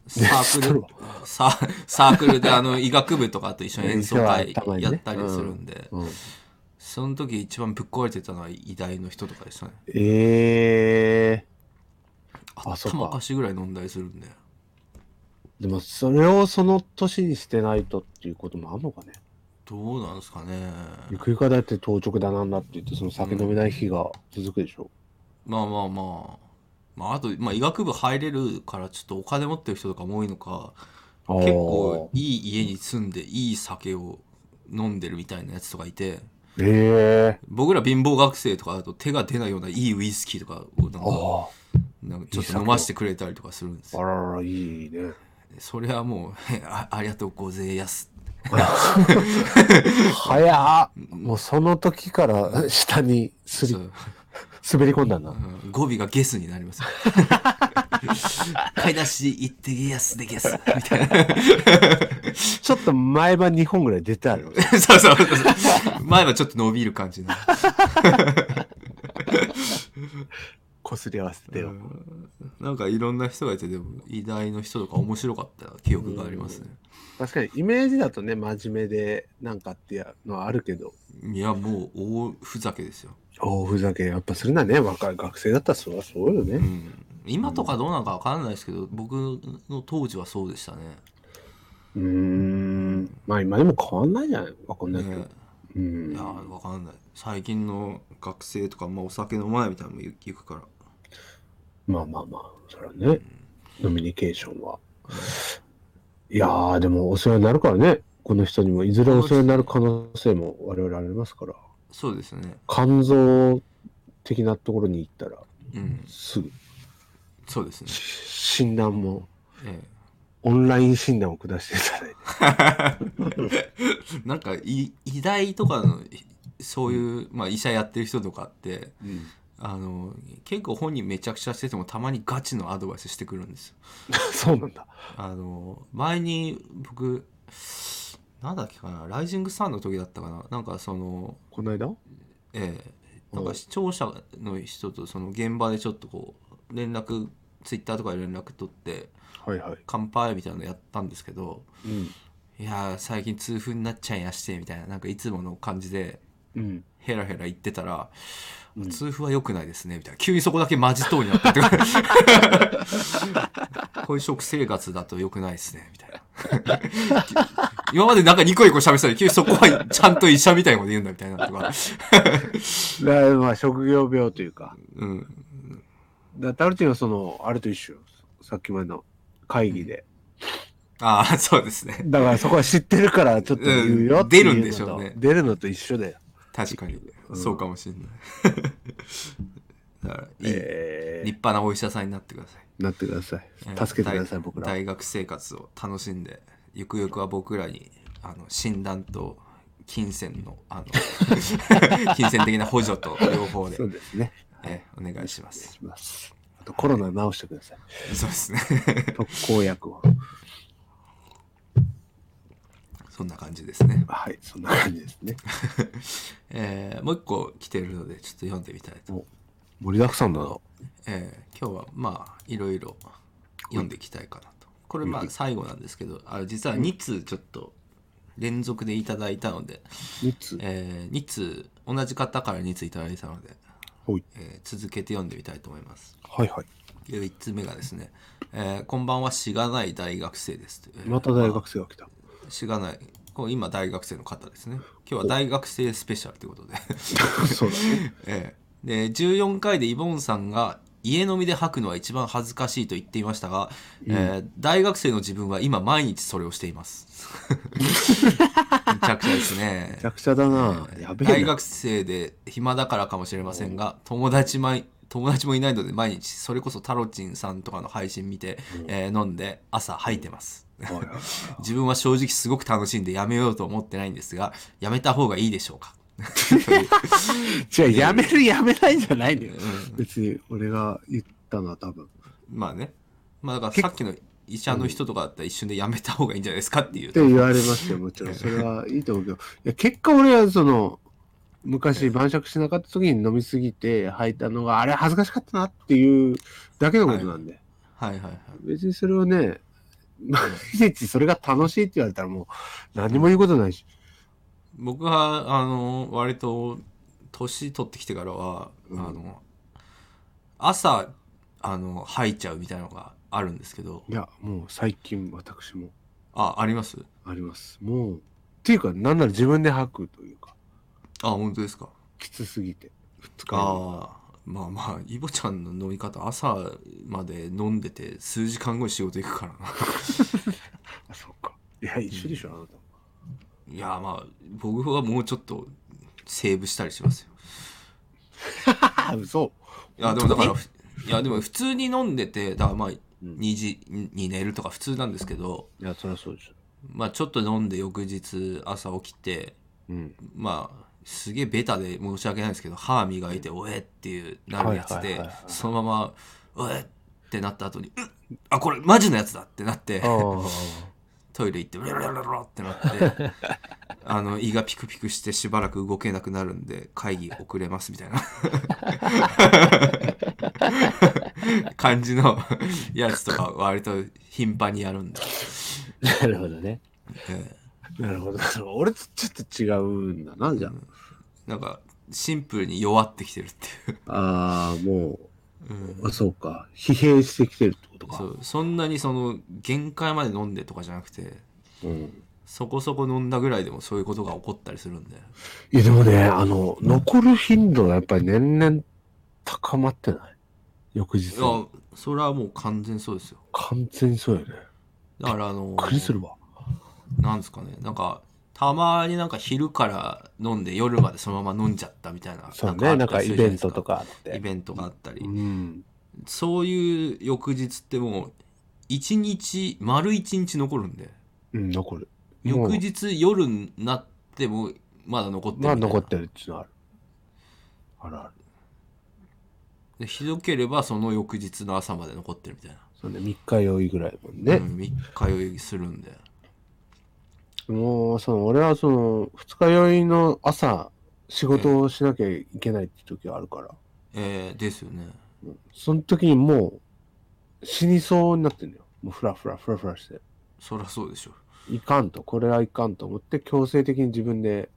サー知っクとルるわササークルであの医学部とかと一緒に演奏会一緒はたまにやねったりするんで、うん。その時一番ぶっ壊れてたのは医大の人とかでしたねええあそう頭かおかしいぐらい飲んだりするんででもそれをその年にしてないとっていうこともあんのかね。どうなんですかねゆくゆくはだって当直だなんだって言ってその酒飲めない日が続くでしょ。まあまあまあまああと、まあ、医学部入れるからちょっとお金持ってる人とかも多いのかあー結構いい家に住んでいい酒を飲んでるみたいなやつとかいてええ僕ら貧乏学生とかだと手が出ないようないいウイスキーとかをなんかあなんかちょっと飲ましてくれたりとかするんですあ、あよ。ららら、いいね。それはもうあありがとうごぜえやす早っもうその時から [LAUGHS] 下にすりそ、う滑り込んだなう。ん語尾がゲスにな [LAUGHS] ります。買い出し行ってゲスでゲス。みたいな。ちょっと前歯2本ぐらい出てある。そうそうそうそう。前はちょっと伸びる感じの。こすり合わせてよ。なんかいろんな人がいて、でも、偉大の人とか面白かった記憶がありますね。確かにイメージだとね、真面目でなんかっていうのはあるけど、いや、もう大ふざけですよ。おふざけやっぱするなね、若い学生だったらそりゃそうようね。ん今とかどうなのかわかんないですけど、僕の当時はそうでしたね。うーん。まあ今でも変わんないじゃないわかんないけど。ねういんや、わかんない。最近の学生とか、まあ、お酒飲まないみたいなのも言う聞くから。まあまあまあ、それはね、ノミニケーションは。いやー、でもお世話になるからね、この人にも、いずれお世話になる可能性も我々ありますから、そうですね。肝臓的なところに行ったら、うん。すぐそうですね。診断も、えオンライン診断を下していただいて。え、なんかい、医大とかの、そういう、まあ、医者やってる人とかって、あの、結構本人めちゃくちゃしてても、たまにガチのアドバイスしてくるんですよ。 [LAUGHS] そうなんだ。あの、前に僕、なんだっけかな、ライジングサンの時だったかな。なんかその、この間ええ、なんか視聴者の人とその現場でちょっとこう連絡ツイッターとかで連絡取ってはいはい。乾杯みたいなのやったんですけどうん。いやー最近痛風になっちゃいやしてみたいななんかいつもの感じでうん。ヘラヘラ言ってたらうん痛風は良くないですねみたいな急にそこだけマジトーンになったって [LAUGHS] こういう食生活だと良くないですねみたいな [LAUGHS] 今までなんかニコニコ喋ってたのに急にそこはちゃんと医者みたいなこと言うんだみたいなとかだまあ、職業病というか。うんだタルチンはその、あれと一緒よ。さっきまでの会議で。ああそうですねだからそこは知ってるから、ちょっと言うようんっていうのと、出るんでしょうね出るのと一緒だよ。確かに、うんそうかもしれない [LAUGHS] だからいいえ立派なお医者さんになってくださいー、なってください。うん助けてください、大僕ら。大学生活を楽しんでゆくゆくは僕らにあの診断と金銭のあの [LAUGHS] 金銭的な補助と両方でそうですね。えお願いしますします。あとコロナ治してください。そうですね [LAUGHS] 特効薬を。そんな感じですね、はい、そんな感じですね。えーもう一個来てるのでちょっと読んでみたいと、盛りだくさんだな。えー今日はまあいろいろ読んでいきたいかなとこれまあ最後なんですけどあ実は2通ちょっと連続でいただいたので、三つ。えー、2通同じ方から2通いただいたので、はい。えー続けて読んでみたいと思いますはいはい。 1通目がですね、えーこんばんはしがない大学生です」えーまた大学生が来た。しがないこう今大学生の方ですね今日は大学生スペシャルということで [LAUGHS] [LAUGHS] そうだね。ええで14回でイボンさんが家飲みで吐くのは一番恥ずかしいと言っていましたが、えー大学生の自分は今毎日それをしています [LAUGHS] めちゃくちゃですねめちゃくちゃだな。やべえ大な。学生で暇だからかもしれませんが友達まい友達もいないので毎日それこそタロチンさんとかの配信見て、えー飲んで朝吐いてますはいはい自分は正直すごく楽しんでやめようと思ってないんですがやめた方がいいでしょうか [LAUGHS] 違う、やめるやめないじゃないのよ。別に俺が言ったのは多分。まあねまあだからさっきの医者の人とかだったら一瞬でやめた方がいいんじゃないですかっていうって言われますよ、も [LAUGHS] ちろん。それはいいと思うけど。いや、結果俺はその、昔晩酌しなかった時に飲みすぎて吐いたのが、あれ恥ずかしかったなっていうだけのことなんで。はいはいはい別にそれをね、 [LAUGHS] 毎日それが楽しいって言われたらもう何も言うことないし。僕はあの割と年取ってきてからは、あの朝あの吐いちゃうみたいなのがあるんですけどいや、もう最近私もあありますあります。もう、っていうか、なんなら自分で吐くというか、あ本当ですかきつすぎて。二日目にああまあまあイボちゃんの飲み方朝まで飲んでて数時間後に仕事行くからなあ、そっか。いや、一緒でしょ、あなた。 [LAUGHS] いやまあ僕はもうちょっとセーブしたりしますよあ、嘘。いやでもだからいやでも普通に飲んでてだからまあん2時に寝るとか普通なんですけど、いや、そりゃそうでしょ。まあちょっと飲んで翌日朝起きてうん。まあすげえベタで申し訳ないですけど歯磨いて「おえ!」っていうなるやつはいはいではいはいそのまま「おえ!」ってなった後に「うっあこれマジのやつだ!」ってなってああ。 [LAUGHS] トイレ行って「ブルルルルルルってなって [LAUGHS] あの胃がピクピクしてしばらく動けなくなるんで会議遅れますみたい [LAUGHS] な感じのやつとか割と頻繁にやるんで、 [LAUGHS] なるほどね。えなるほど。俺とちょっと違うんだな、じゃえなんかシンプルに弱ってきてるっていう、あ。ああ、もうんう、あそうか。疲弊してきてるってことか。そうそんなにその限界まで飲んでとかじゃなくてうん。そこそこ飲んだぐらいでもそういうことが起こったりするんでいや、でもね、あの、残る頻度がやっぱり年々高まってない翌日い。やそれはもう完全そうですよ完全にそうよね。だからあのびっくりするわ。なんですかねなんかたまになんか昼から飲んで夜までそのまま飲んじゃったみたいなそうね、なんあかったりイするじベゃいでンすトとかあって。イベントがあったり、うん。そういう翌日ってもう一日丸一日残るんでうん、残る。もう翌日夜になってもまだ残ってるみまたあいな残ってるっていうのはある。あるある。でひどければその翌日の朝まで残ってるみたいなそうね、3日酔いぐらいもんね。うん、3日酔いするんでもう、その、俺はその、二日酔いの朝、仕事をしなきゃいけないって時があるから、えー、ですよねその時にもう、死にそうになってんだよ。もう、ふらふらふらふらして。そりゃそうでしょいかんと、これはいかんと思って、強制的に自分で、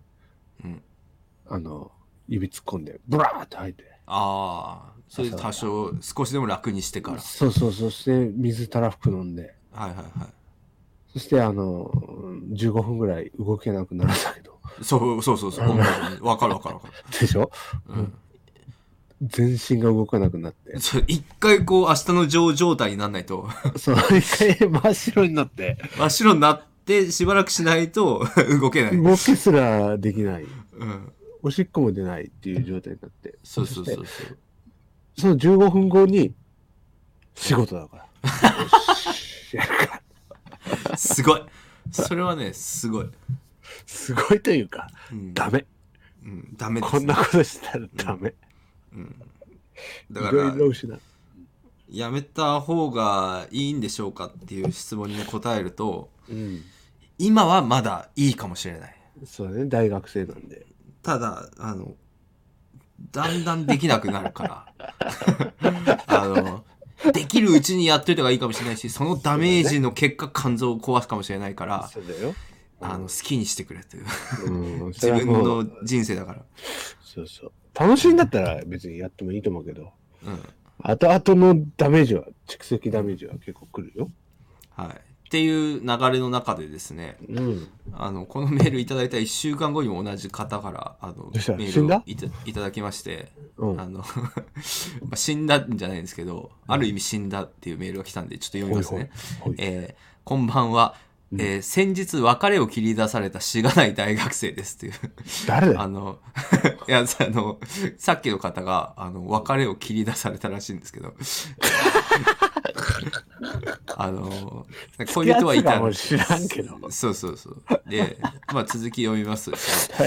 うんあの、指突っ込んで、ブラーって吐いて。ああそれで多少少しでも楽にしてからそうそう、そして、水たらふく飲んで、はいはいはいそして、あの、うん15分ぐらい動けなくなるんだけど。そうそうそうそう同じわかるわかるわかる、でしょうん全身が動かなくなって。そう一回こう明日の上状態にならないと [LAUGHS] そう、一回真っ白になって。真っ白になってしばらくしないと [LAUGHS] 動けない、動きすらできない。うん、おしっこも出ないっていう状態になって。そうそうそそうしそうてその15分後に、仕事だから。よしやるかすごいそれはねすごい、すごいというか、うんダメ。うん、ダメですこんなことしたらダメ。だかいろらいろ失う。やめた方がいいんでしょうかっていう質問に答えるとうん。今はまだいいかもしれないそうだね、大学生なんで。ただあのだんだんできなくなるから [LAUGHS] あのできるうちにやっといた方がいいかもしれないしそのダメージの結果肝臓を壊すかもしれないから、そうだよ。あの好きにしてくれといううん、 [LAUGHS] 自分の人生だから、そうそう。楽しいんだったら別にやってもいいと思うけど、うん後々のダメージは、蓄積ダメージは結構来るよ。はい、っていう流れの中でですねうん。あのこのメールいただいた1週間後にも同じ方からあのどうしたメー死んルをだいたいただきまして、うんあの [LAUGHS] まあ死んだんじゃないんですけど、ある意味死んだっていうメールが来たんでちょっと読みますね。ほいほいえーこんばんは、えー先日別れを切り出されたしがない大学生ですという誰だよあの [LAUGHS] いやあのさっきの方があの別れを切り出されたらしいんですけど [LAUGHS] あの恋人はいやつたがものう知らんけど。そうそうそう。で、まあ続き読みます。は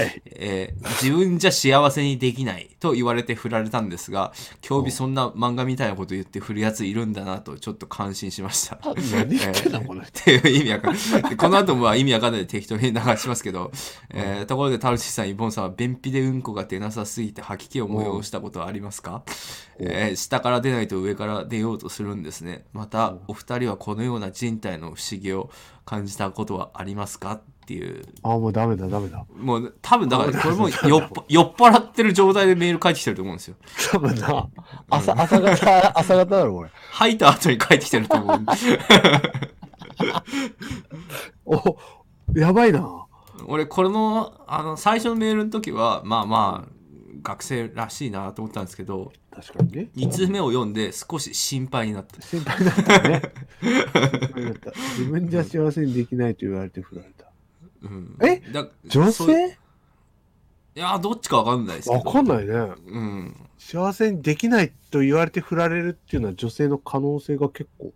い。えー自分じゃ幸せにできないと言われて振られたんですが、今日日そんな漫画みたいなこと言って振るやついるんだなとちょっと感心しま [LAUGHS] した。何言ってんのこの人。っていう意味わかんない。でこの後もまあ意味わかんないで適当に流しますけど、えーところで、タルシさん、イボンさんは便秘でうんこが出なさすぎて吐き気を催したことはありますか、えー下から出ないと上から出ようとするんですね。また、お二人はこのような人体の不思議を感じたことはありますかっていう。ああ、もうダメだ、ダメだ。もう多分だからこれも酔っぱ酔っ払ってる状態でメール書いてきてると思うんですよ。ダメだ。朝、朝 [LAUGHS] 方、朝方だろ、これ。吐いた後に書いてきてると思うんで。お、やばいな。俺これのあの最初のメールの時はまあまあ学生らしいなと思ったんですけど確かにね。 2通目を読んで少し心配にな [LAUGHS] った心配だったね。 [LAUGHS] 心配だった。自分じゃ幸せにできないと言われて振られた。うん、えだ女そうい性やどっちかわかんないですけわどかんないね。うん幸せにできないと言われて振られるっていうのは女性の可能性が結構。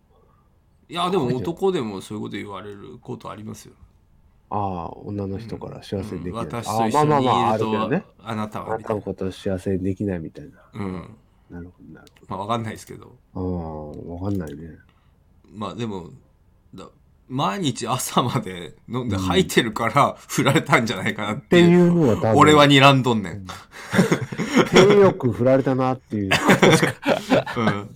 いやでも書いてある男でもそういうこと言われることありますよああ、女の人から幸せにできない。私あとあ一緒にいあるるけどと、ね。あなたあはなみたたいのな。ことを幸せにできないみたいな。うん。なるほど、なるまあ、わかんないですけど。ほど。ああ、わかんないね。まあでも、だ毎日朝まで飲んで吐いてるから振られたんじゃないかなっってていいう。うのは多分、俺は、睨んどんね [LAUGHS] ん。性欲振られたなっていう。うんうん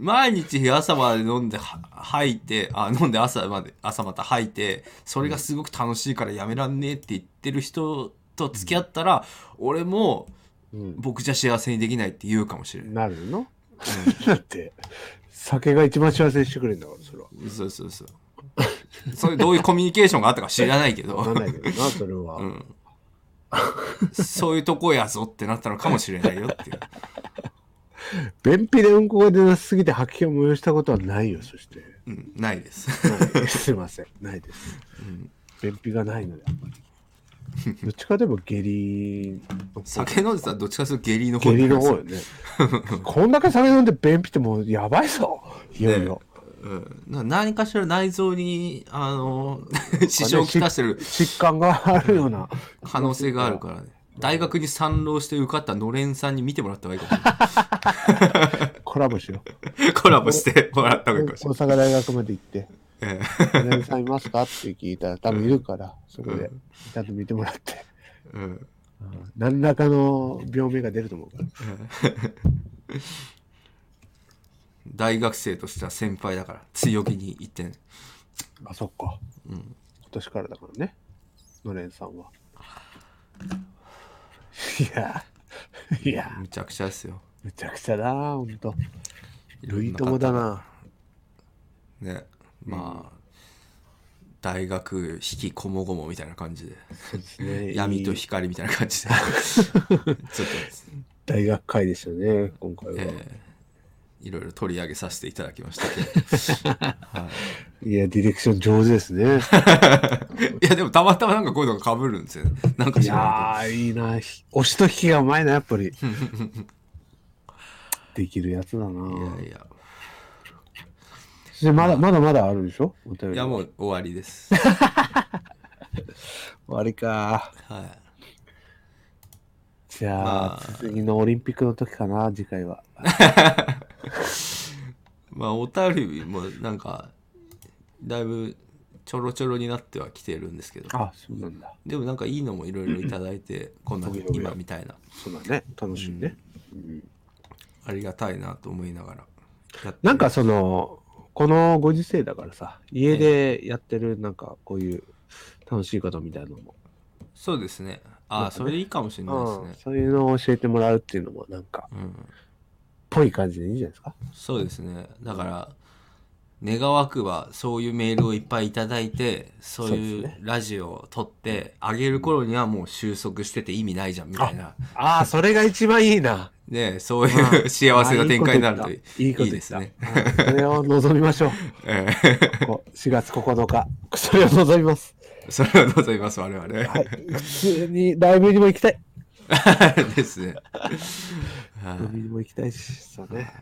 毎日朝まで飲んでは吐いてあ飲んで朝まで朝また吐いてそれがすごく楽しいからやめらんねえって言ってる人と付き合ったら、俺もうん、僕じゃ幸せにできないって言うかもしれない、なるのだって、酒が一番幸せにしてくれるんだから、それは。うんそうそうそうそれどういうコミュニケーションがあったか知らないけど、わかん [LAUGHS] ないけどな、それは。うん、そういうとこやぞってなったのかもしれないよっていう便秘でうんこが出なすすぎて吐き気を催したことはないよ、そして。 [LAUGHS] うん、ないですないすいません、ないです。便秘がないので、あんまり。どっちかでも下痢の方酒飲んでたらどっちかというと下痢の方下痢の方よね。こんだけ酒飲んで便秘ってもうやばいぞ、いよいよ。うんな何かしら内臓にあの [LAUGHS] 支障をきたしてる [LAUGHS] 疾患があるような。可能性があるからね大学に参浪して受かったのれんさんに見てもらった方がいいかもしコラボしよう。れない [LAUGHS] コラボしてもらった方大がいいかもし阪大学まで行って、れない、え何さんいますかって聞いたら、多分いるから、そこで、ちゃんと見てもらって。え [LAUGHS] うん何らかの病名が出ると思うから。大学生としては先輩だから強気に言ってねあ、そっか。うん今年からだからね、のれんさんは。いや、いや、むちゃくちゃですよめちゃくちゃだな、ほんと。いろん類な方友だな。ねまあ、大学引きこもごもみたいな感じでそうですね。闇といい光みたいな感 [LAUGHS] じでちょっとですね大学会でしたね、今回は。えーいろいろ取り上げさせていただきましたけどいや、ディレクション上手ですね。 [LAUGHS] いやでもたまたまなんかこういうのが被るんですよねなんかい知らないけどやー、いいな。ひ押しと引きがうまいな、やっぱり。 [LAUGHS] できるやつだないやいや、でまだまだまだあるでしょお便りいやもう終わ [LAUGHS] りです。終わりか。はじゃあ、まあ次のオリンピックの時かな、次回は。い。まあ、お便りもなんか、だいぶちょろちょろになってはきてるんですけど、あ、そうなんだ。でもなんかいいのもいろいろいただいて、こんなおやおや今みたいな、そうだね。楽しいね。うんありがたいなと思いながらやってる。なんかその、このご時世だからさ、家でやってるなんかこういう楽しいことみたいなのも、そうですね。あなんあ、かねそれいいかもしれないですうんね。そういうのを教えてもらうっていうのもなんか、うん、ぽい感じでいいんじゃないですか。そうですね。だから、願わくばそういうメールをいっぱいいただいて、そういそうでうラジオを撮って、あげる頃にはもう収束してて意味ないじゃんみたいな。ああ、それが一番いいな。ねえ、そういう [LAUGHS] 幸せな展開になるといいいことい言いでっすた。いいねこ。と言ったうんそれを望みましょう。えこう4月9日。それを望みます。え [LAUGHS] それを望みます、我々。はい。普通にライブにも行きたい。 [LAUGHS] ですね。は飲みにも行きたいし、そうね。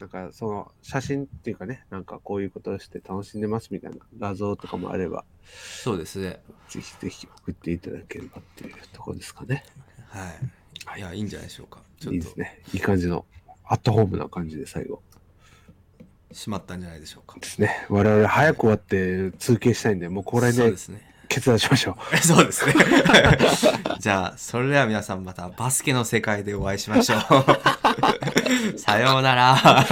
なんかその写真っていうかね、なんかこういうことをして楽しんでますみたいな画像とかもあれば、いそうですね。ぜひぜひ送っていただければっていうところですかね。はい。いや、いいんじゃないでしょうか。ちょいいっですと、ね。いい感じの、アットホームな感じで最後しまったんじゃないでしょうかで。すね。我々早く終わって通勤したいんで、もうこれそうでですね。決断しましょう。 [LAUGHS] そうですね。じゃあ、それでは皆さんまたバスケの世界で [LAUGHS] お会いしましょう。さようなら。